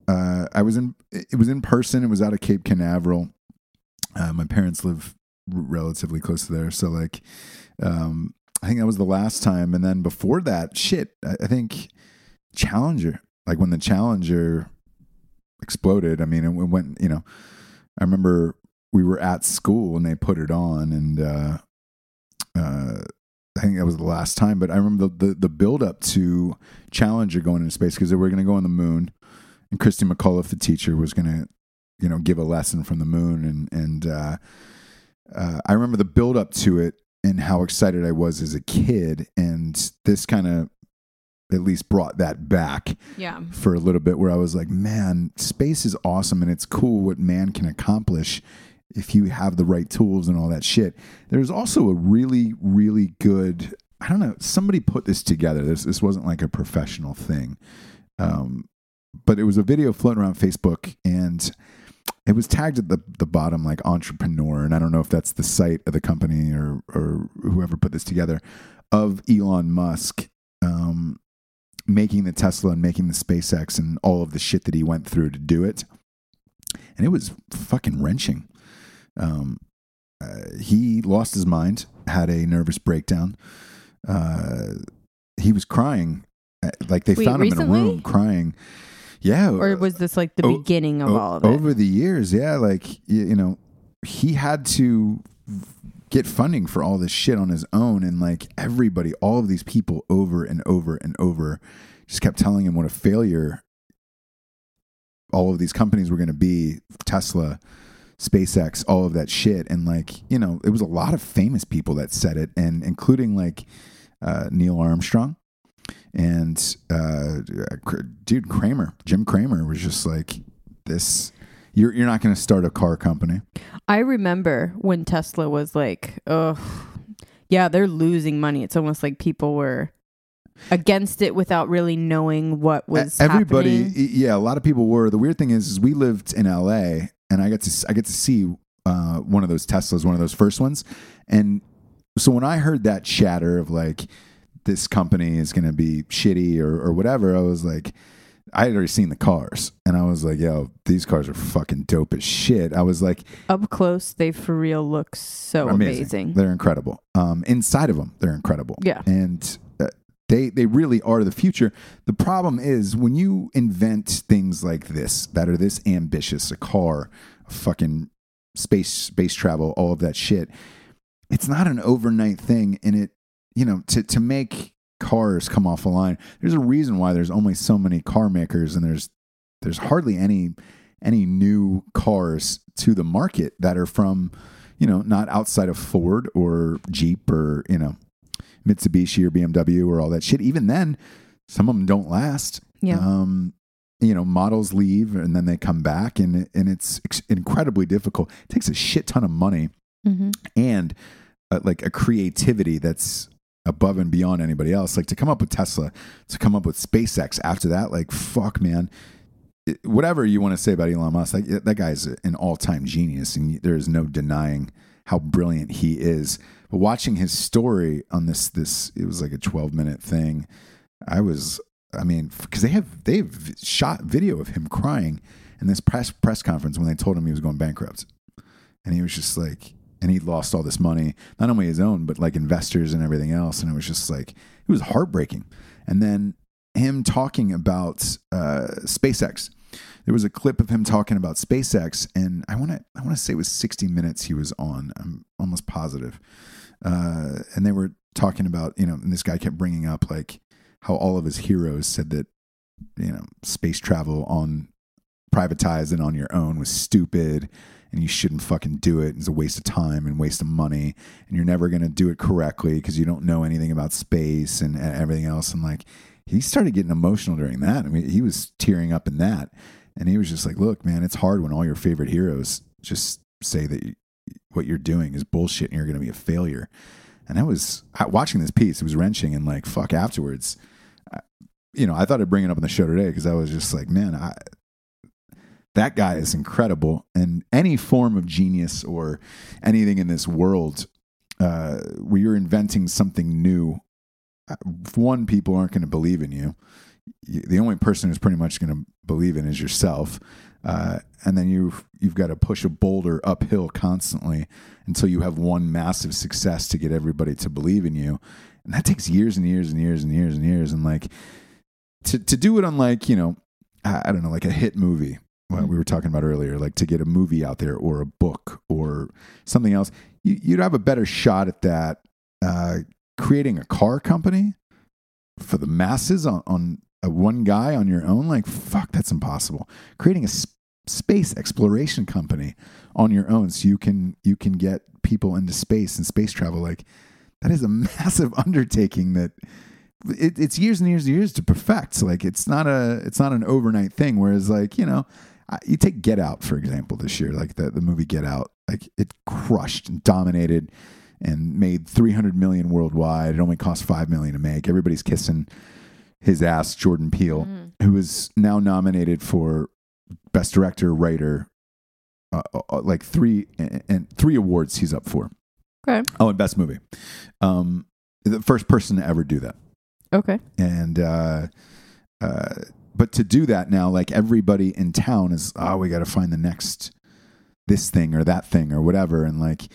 Speaker 1: uh, I was in it was in person. It was out of Cape Canaveral. Uh, my parents live r- relatively close to there, so like, um, I think that was the last time, and then before that, shit, I, I think Challenger. Like when the Challenger exploded. I mean, it went, you know, I remember we were at school and they put it on and, uh, uh, I think that was the last time, but I remember the, the, the build up to Challenger going into space because they were going to go on the moon and Christy McAuliffe, the teacher was going to, you know, give a lesson from the moon. And, and, uh, uh, I remember the build up to it and how excited I was as a kid. And this kind of at least brought that back
Speaker 5: Yeah.
Speaker 1: for a little bit where I was like, man, space is awesome and it's cool what man can accomplish if you have the right tools and all that shit. There's also a really, really good, I don't know, somebody put this together. This, this wasn't like a professional thing. Um, but it was a video floating around Facebook and it was tagged at the, the bottom like entrepreneur. And I don't know if that's the site of the company or, or whoever put this together of Elon Musk. Um, making the Tesla and making the SpaceX and all of the shit that he went through to do it. And it was fucking wrenching. Um, uh, he lost his mind, had a nervous breakdown. Uh, he was crying. Uh, Like they
Speaker 5: Wait,
Speaker 1: found him
Speaker 5: recently?
Speaker 1: in a room crying. Yeah. uh,
Speaker 5: Or was this like the
Speaker 1: o-
Speaker 5: beginning of
Speaker 1: o-
Speaker 5: all of it?
Speaker 1: Over the years, yeah, like y- you, know, he had to get funding for all this shit on his own, and like everybody, all of these people, over and over and over, just kept telling him what a failure all of these companies were going to be Tesla, SpaceX, all of that shit, and like you know, it was a lot of famous people that said it, and including like uh, Neil Armstrong. And uh, Cr- dude, Kramer, Jim Kramer was just like, this you're you're not going to start a car company. E,
Speaker 5: I remember when Tesla was like, oh, yeah, they're losing money. It's almost like people were against it without really knowing what was
Speaker 1: E- everybody
Speaker 5: happening.
Speaker 1: y- yeah, a lot of people were. The weird thing is, is we lived in LA and I got to s- I get to see uh, one of those Teslas, one of those first ones. And so when I heard that chatter of like this company is going to be shitty or or whatever, I was like I had already seen the cars and I was like, yo, these cars are fucking dope as shit. I was like,
Speaker 5: Up close, they for real look so amazing.
Speaker 1: They're incredible. Um, inside of them, they're incredible.
Speaker 5: Yeah.
Speaker 1: and uh, they they really are the future. The problem is when you invent things like this that are this ambitious, a car, a fucking space space travel, all of that shit. It's not an overnight thing, and it you know to to make cars come off the line. There's a reason why there's only so many car makers, and there's there's hardly any any new cars to the market that are from you know not outside of Ford or Jeep or you know Mitsubishi or BMW or all that shit. Even then, some of them don't last.
Speaker 5: Yeah.
Speaker 1: Um, you know, models leave and then they come back, and and it's ex- incredibly difficult. It takes a shit ton of money
Speaker 5: Mhm.
Speaker 1: and uh, like a creativity that's above and beyond anybody else. Like to come up with Tesla, to come up with SpaceX after that, like fuck, man. It- whatever you want to say about Elon Musk, like that guy's an all-time genius, and there is no denying how brilliant he is. But watching his story on this, this it was like a twelve-minute thing. I was, I mean, because they have they've shot video of him crying in this press press conference when they told him he was going bankrupt and he was just like and he lost all this money not only his own but like investors and everything else and it was just like it was heartbreaking and then him talking about uh, spacex there was a clip of him talking about spacex and i want to i want to say it was 60 minutes he was on i'm almost positive uh, and they were talking about you know and this guy kept bringing up like how all of his heroes said that you know space travel on privatized and on your own was stupid and you shouldn't fucking do it. It's a waste of time and waste of money and you're never going to do it correctly because you don't know anything about space and, and everything else. And like he started getting emotional during that. I mean, he was tearing up in that. And he was just like, look, man, it's hard when all your favorite heroes just say that you, what you're doing is bullshit and you're going to be a failure. And I was I- watching this piece, it was wrenching and like, fuck, afterwards. I- You know, I thought I'd bring it up on the show today because I was just like, man, I, that guy is incredible and any form of genius or anything in this world uh, where you're inventing something new uh, one people aren't going to believe in you You- the only person who's pretty much going to believe in is yourself uh, and then you've you've got to push a boulder uphill constantly until you have one massive success to get everybody to believe in you and that takes years and years and years and years and years and like to to do it on like you know I I don't know like a hit movie what we were talking about earlier like to get a movie out there or a book or something else you, you'd have a better shot at that uh, creating a car company for the masses on, on a one guy on your own like fuck that's impossible creating a s- space exploration company on your own so you can you can get *laughs* people into space and space travel like that is a massive undertaking that it, it's years and years and years to perfect. So, like it's not a it's not an overnight thing. Whereas like you know, I, you take Get Out for example this year, like the the movie Get Out, like it crushed and dominated and made 300 million worldwide. It only cost 5 million to make. Everybody's kissing his ass, Jordan Peele,
Speaker 5: Mm-hmm.
Speaker 1: who is now nominated for best director, writer, uh, uh, like three and, and three awards he's up for.
Speaker 5: Okay.
Speaker 1: Oh, and best movie. Um, the first person to ever do that
Speaker 5: Okay.
Speaker 1: and uh, uh, but to do that now, like everybody in town is, oh, we got to find the next this thing or that thing or whatever, and like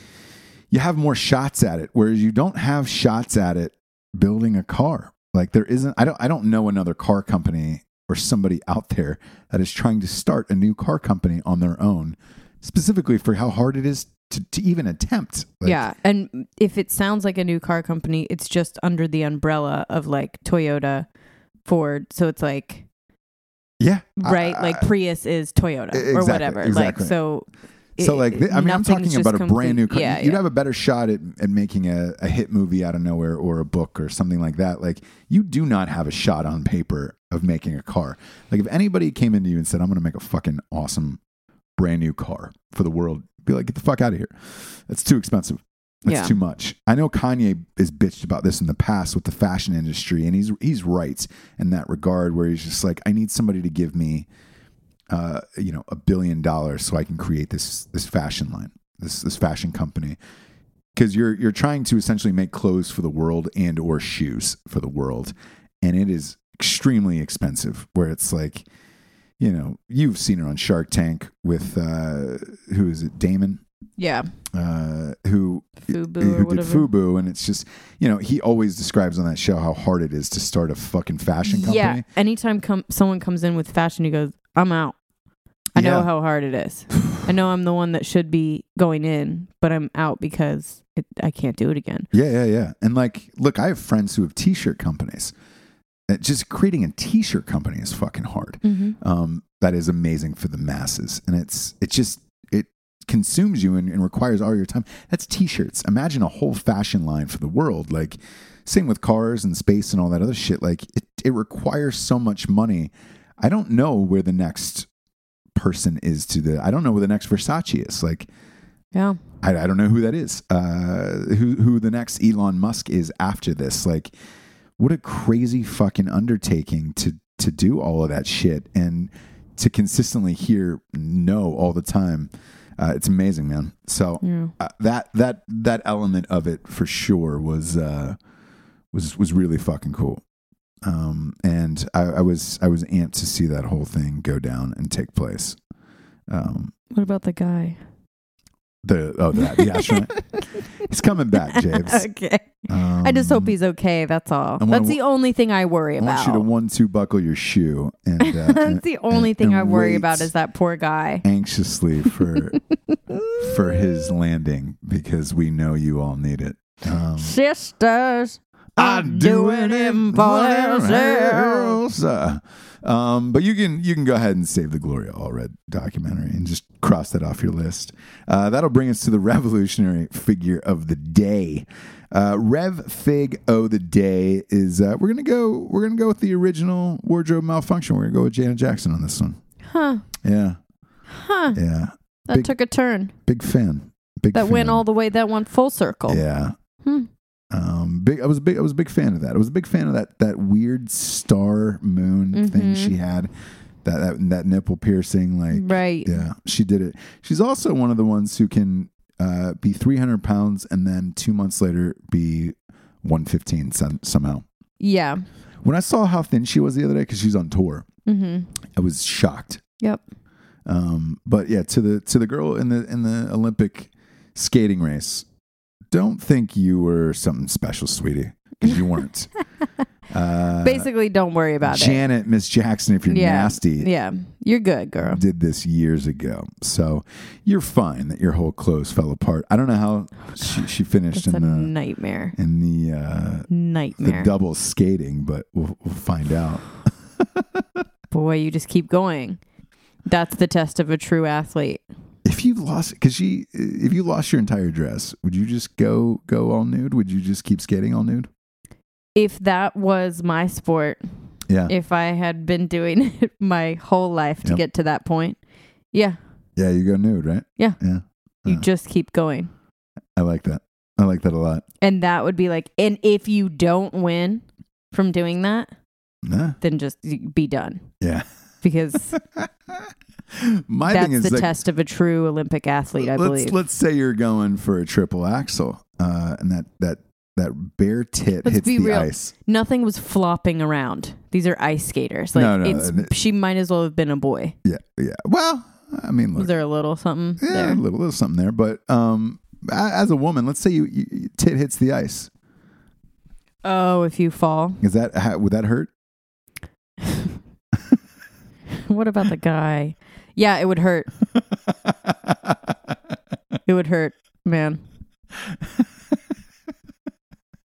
Speaker 1: you have more shots at it, whereas you don't have shots at it building a car. Like there isn't, I don't, I don't know another car company or somebody out there that is trying to start a new car company on their own, specifically for how hard it is to, to even attempt. Like,
Speaker 5: yeah. And if it sounds like a new car company, it's just under the umbrella of like Toyota, Ford. So it's like,
Speaker 1: yeah, I-
Speaker 5: right?
Speaker 1: I-
Speaker 5: like Prius is Toyota
Speaker 1: E-
Speaker 5: or
Speaker 1: exactly,
Speaker 5: whatever.
Speaker 1: exactly.
Speaker 5: Like, so.
Speaker 1: So
Speaker 5: it-
Speaker 1: like, th- I mean, I'm
Speaker 5: nothing's
Speaker 1: talking
Speaker 5: just
Speaker 1: about a brand new.
Speaker 5: complete-
Speaker 1: Co-
Speaker 5: yeah.
Speaker 1: you'd
Speaker 5: yeah.
Speaker 1: have a better shot at, at making a, a hit movie out of nowhere or a book or something like that. Like, you do not have a shot on paper of making a car. Like, if anybody came into you and said, "I'm going to make a fucking awesome brand new car for the world," be like, "Get the fuck out of here. That's too expensive. That's
Speaker 5: Yeah.
Speaker 1: too much." I know Kanye is bitched about this in the past with the fashion industry, and he's he's right in that regard, where he's just like, "I need somebody to give me." uh, you know, a billion dollars so I can create this this fashion line, this this fashion company. Because you're you're trying to essentially make clothes for the world and or shoes for the world, and it is extremely expensive. Where it's like, you know, you've seen her on Shark Tank with uh, who is it, Damon?
Speaker 5: yeah.
Speaker 1: uh, who
Speaker 5: Fubu
Speaker 1: who
Speaker 5: or
Speaker 1: did
Speaker 5: whatever.
Speaker 1: Fubu, and it's just you know he always describes on that show how hard it is to start a fucking fashion company.
Speaker 5: Yeah. Anytime com- someone comes in with fashion, he goes, I'm out. I know
Speaker 1: Yeah.
Speaker 5: how hard it
Speaker 1: *sighs*
Speaker 5: is. I know I'm the one that should be going in, but I'm out because it, I can't do it again.
Speaker 1: Yeah, yeah, yeah. And like, look, I have friends who have t-shirt companies. Uh, Just creating a t-shirt company is fucking hard. Um, that is amazing for the masses, and it's it just it consumes you and, and requires all your time. That's t-shirts. Imagine a whole fashion line for the world. Like, same with cars and space and all that other shit. Like, it it requires so much money. I don't know where the next person is to the. I don't know where the next Versace is. Like,
Speaker 5: Yeah.
Speaker 1: I, I don't know who that is. Uh, who who the next Elon Musk is after this? Like, what a crazy fucking undertaking to to do all of that shit and to consistently hear no all the time. Uh, it's amazing, man. So uh, that that that element of it for sure was uh, was was really fucking cool. Um, and I, I was I was amped to see that whole thing go down and take place. Um,
Speaker 5: What about the guy?
Speaker 1: the oh that
Speaker 5: *laughs*
Speaker 1: the astronaut. He's coming back, James.
Speaker 5: Okay. I just
Speaker 1: um,
Speaker 5: hope he's okay. That's
Speaker 1: I
Speaker 5: all.
Speaker 1: wanna
Speaker 5: That's the only thing I worry
Speaker 1: I want
Speaker 5: about.
Speaker 1: you to one-two buckle your shoe, and uh,
Speaker 5: *laughs* That's the only thing I worry about is
Speaker 1: that
Speaker 5: that poor guy.
Speaker 1: anxiously for for his landing because we know you all need it. Um,
Speaker 5: Sisters.
Speaker 1: I'm doing it else. Uh, um, but you can you can go ahead and save the Gloria Allred documentary and just cross that off your list. Uh, that'll bring us to the *laughs* revolutionary figure of the day. Uh, Rev Fig O the day is uh, we're gonna go we're gonna go with the original wardrobe malfunction. We're gonna go with Janet Jackson on this one.
Speaker 5: Huh.
Speaker 1: Yeah,
Speaker 5: Huh.
Speaker 1: yeah.
Speaker 5: That
Speaker 1: Big-
Speaker 5: took a turn.
Speaker 1: Big fan. Big
Speaker 5: That went
Speaker 1: fan.
Speaker 5: all the way. That went full circle.
Speaker 1: Yeah.
Speaker 5: Hmm.
Speaker 1: Um, big. I was a big. I was a big fan of that. I was a big fan of that. That weird star moon thing
Speaker 5: Mhm.
Speaker 1: she had. That that that nipple piercing. Like
Speaker 5: Right.
Speaker 1: yeah, she did it. She's also one of the ones who can uh, be 300 pounds and then two months later be 115 some, somehow.
Speaker 5: Yeah.
Speaker 1: When I saw how thin she was the other day, because she's on tour,
Speaker 5: Mm-hmm.
Speaker 1: I was shocked.
Speaker 5: Yep.
Speaker 1: Um, but yeah, to the to the girl in the in the Olympic skating race, don't think you were something special, sweetie, because you
Speaker 5: *laughs*
Speaker 1: weren't. uh,
Speaker 5: Basically, don't worry about it.
Speaker 1: Janet, Miss Jackson, if you're
Speaker 5: Yeah.
Speaker 1: nasty,
Speaker 5: Yeah. You're good, girl.
Speaker 1: did this years ago, so you're fine that your whole clothes fell apart. I don't know how she, she finished
Speaker 5: That's
Speaker 1: in
Speaker 5: a
Speaker 1: the
Speaker 5: nightmare.
Speaker 1: in the uh, the
Speaker 5: Nightmare.
Speaker 1: double skating, but we'll, we'll find out. *laughs*
Speaker 5: Boy, you just keep going. That's the test of a true athlete.
Speaker 1: if you lost because she if you lost your entire dress would you just go go all nude would you just keep skating all nude
Speaker 5: if that was my sport,
Speaker 1: Uh. Yeah.
Speaker 5: if I had been doing *laughs* it my whole life to
Speaker 1: Yep.
Speaker 5: get to that point, yeah,
Speaker 1: yeah, you go nude, right?
Speaker 5: Yeah.
Speaker 1: Yeah.
Speaker 5: you
Speaker 1: Uh.
Speaker 5: just keep going.
Speaker 1: I like that. I like that a lot.
Speaker 5: And that would be like, and if you don't win from doing that,
Speaker 1: Nah.
Speaker 5: then just be done
Speaker 1: Yeah. *laughs*
Speaker 5: because
Speaker 1: My
Speaker 5: that's
Speaker 1: thing is
Speaker 5: the
Speaker 1: like,
Speaker 5: test of a true Olympic athlete, I
Speaker 1: let's,
Speaker 5: believe.
Speaker 1: Let's say you're going for a triple axel, uh, and that that that bare tit
Speaker 5: Let's
Speaker 1: hits
Speaker 5: be
Speaker 1: the
Speaker 5: real.
Speaker 1: ice.
Speaker 5: Nothing was flopping around. These are ice skaters. Like
Speaker 1: No, no,
Speaker 5: it's
Speaker 1: and it-
Speaker 5: she might as well have been a boy.
Speaker 1: Yeah, yeah. Well, I mean,
Speaker 5: Was
Speaker 1: look,
Speaker 5: there a little something
Speaker 1: yeah,
Speaker 5: there?
Speaker 1: a little, little something there, but um, a- as a woman, let's say you, you tit hits the ice.
Speaker 5: Oh, if
Speaker 1: *laughs*
Speaker 5: you fall.
Speaker 1: Is that how, would that hurt? *laughs*
Speaker 5: What about the guy? Yeah, it would hurt. It would hurt,
Speaker 1: *laughs*
Speaker 5: man.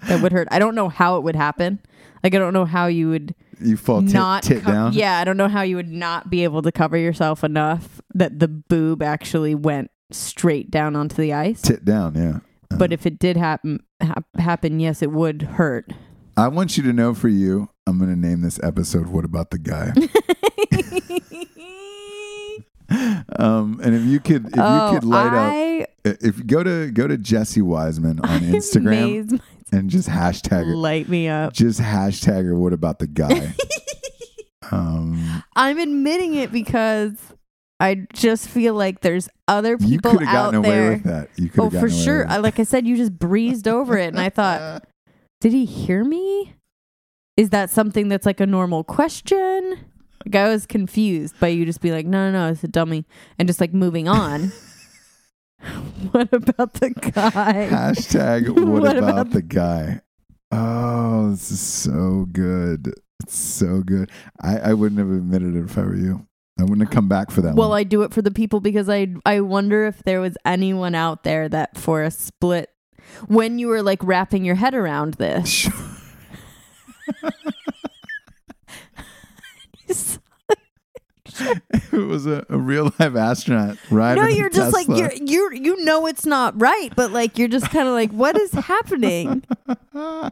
Speaker 5: that would hurt. I don't know how it would happen. Like I don't know how you would
Speaker 1: you fall tit,
Speaker 5: not
Speaker 1: tit
Speaker 5: co-
Speaker 1: down.
Speaker 5: Yeah, I don't know how you would not be able to cover yourself enough that the boob actually went straight down onto the ice.
Speaker 1: tit uh. down. Yeah.
Speaker 5: but if it did happen hap happen, yes, it would
Speaker 1: *laughs*
Speaker 5: hurt.
Speaker 1: I want you to know for you, I'm going to name this episode What About the
Speaker 5: *laughs*
Speaker 1: Guy? um, and if you could if
Speaker 5: *laughs*
Speaker 1: you could light up
Speaker 5: Oh, I
Speaker 1: if go to go to Jesse Wiseman
Speaker 5: *laughs*
Speaker 1: on Instagram
Speaker 5: amaze-
Speaker 1: and just hashtag her.
Speaker 5: light me up.
Speaker 1: Just hashtag her what about the
Speaker 5: *laughs*
Speaker 1: guy? um
Speaker 5: I'm admitting it because I just feel like there's other
Speaker 1: you
Speaker 5: people
Speaker 1: could have
Speaker 5: out
Speaker 1: gotten away
Speaker 5: there.
Speaker 1: with that. You could
Speaker 5: Oh,
Speaker 1: have
Speaker 5: for
Speaker 1: gotten away
Speaker 5: sure.
Speaker 1: with
Speaker 5: I,
Speaker 1: that.
Speaker 5: like I said, you just breezed over it, and
Speaker 1: *laughs*
Speaker 5: I thought, did he hear me? Is that something that's like a normal question? Like I was confused by you just being like, no, no, no, it's a dummy, and just like
Speaker 1: *laughs*
Speaker 5: moving on. *laughs* what about the guy?
Speaker 1: Hashtag what,
Speaker 5: *laughs* What
Speaker 1: about,
Speaker 5: about-
Speaker 1: the guy? Oh, this is so good. It's so good. I, I wouldn't have admitted it if I were you. I wouldn't have come back for that
Speaker 5: Well,
Speaker 1: one.
Speaker 5: I do it for the people because I I wonder if there was anyone out there that for a split when you were like wrapping your head around this
Speaker 1: Sure. if *laughs* it was a, a real live astronaut riding.
Speaker 5: No,
Speaker 1: a
Speaker 5: you're just like
Speaker 1: Tesla.
Speaker 5: you're you're you know it's not right, but like you're just kind of like what
Speaker 1: *laughs*
Speaker 5: is happening?
Speaker 1: Oh,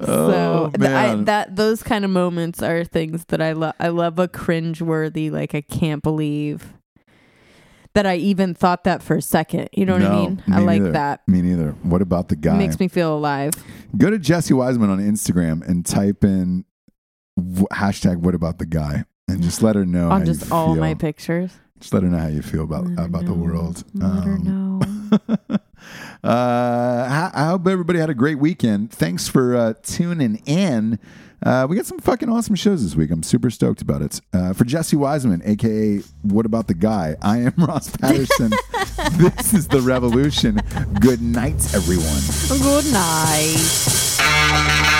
Speaker 5: so th- I,
Speaker 1: man.
Speaker 5: that those kind of moments are things that I love. I love a cringe-worthy like I can't believe that I even thought that for a second. You know what I
Speaker 1: No,
Speaker 5: mean?
Speaker 1: me
Speaker 5: I like
Speaker 1: neither.
Speaker 5: that.
Speaker 1: Me neither. What about the guy?
Speaker 5: Makes me feel alive.
Speaker 1: Go to Jesse Wiseman on Instagram and type in w- hashtag What about the guy and just let her know
Speaker 5: on
Speaker 1: how
Speaker 5: just
Speaker 1: you
Speaker 5: all my
Speaker 1: feel.
Speaker 5: pictures.
Speaker 1: Just let her know how you feel about
Speaker 5: Let her
Speaker 1: about the
Speaker 5: know.
Speaker 1: world.
Speaker 5: Let her
Speaker 1: Um,
Speaker 5: know.
Speaker 1: uh, I, I hope everybody had a great weekend. Thanks for uh, tuning in. Uh, we got some fucking awesome shows this week. I'm super stoked about it. Uh, for Jesse Wiseman, aka What About the Guy, I am Ross Patterson. this is The Revolution. Good night, everyone. *laughs*
Speaker 5: Good night.
Speaker 2: Rock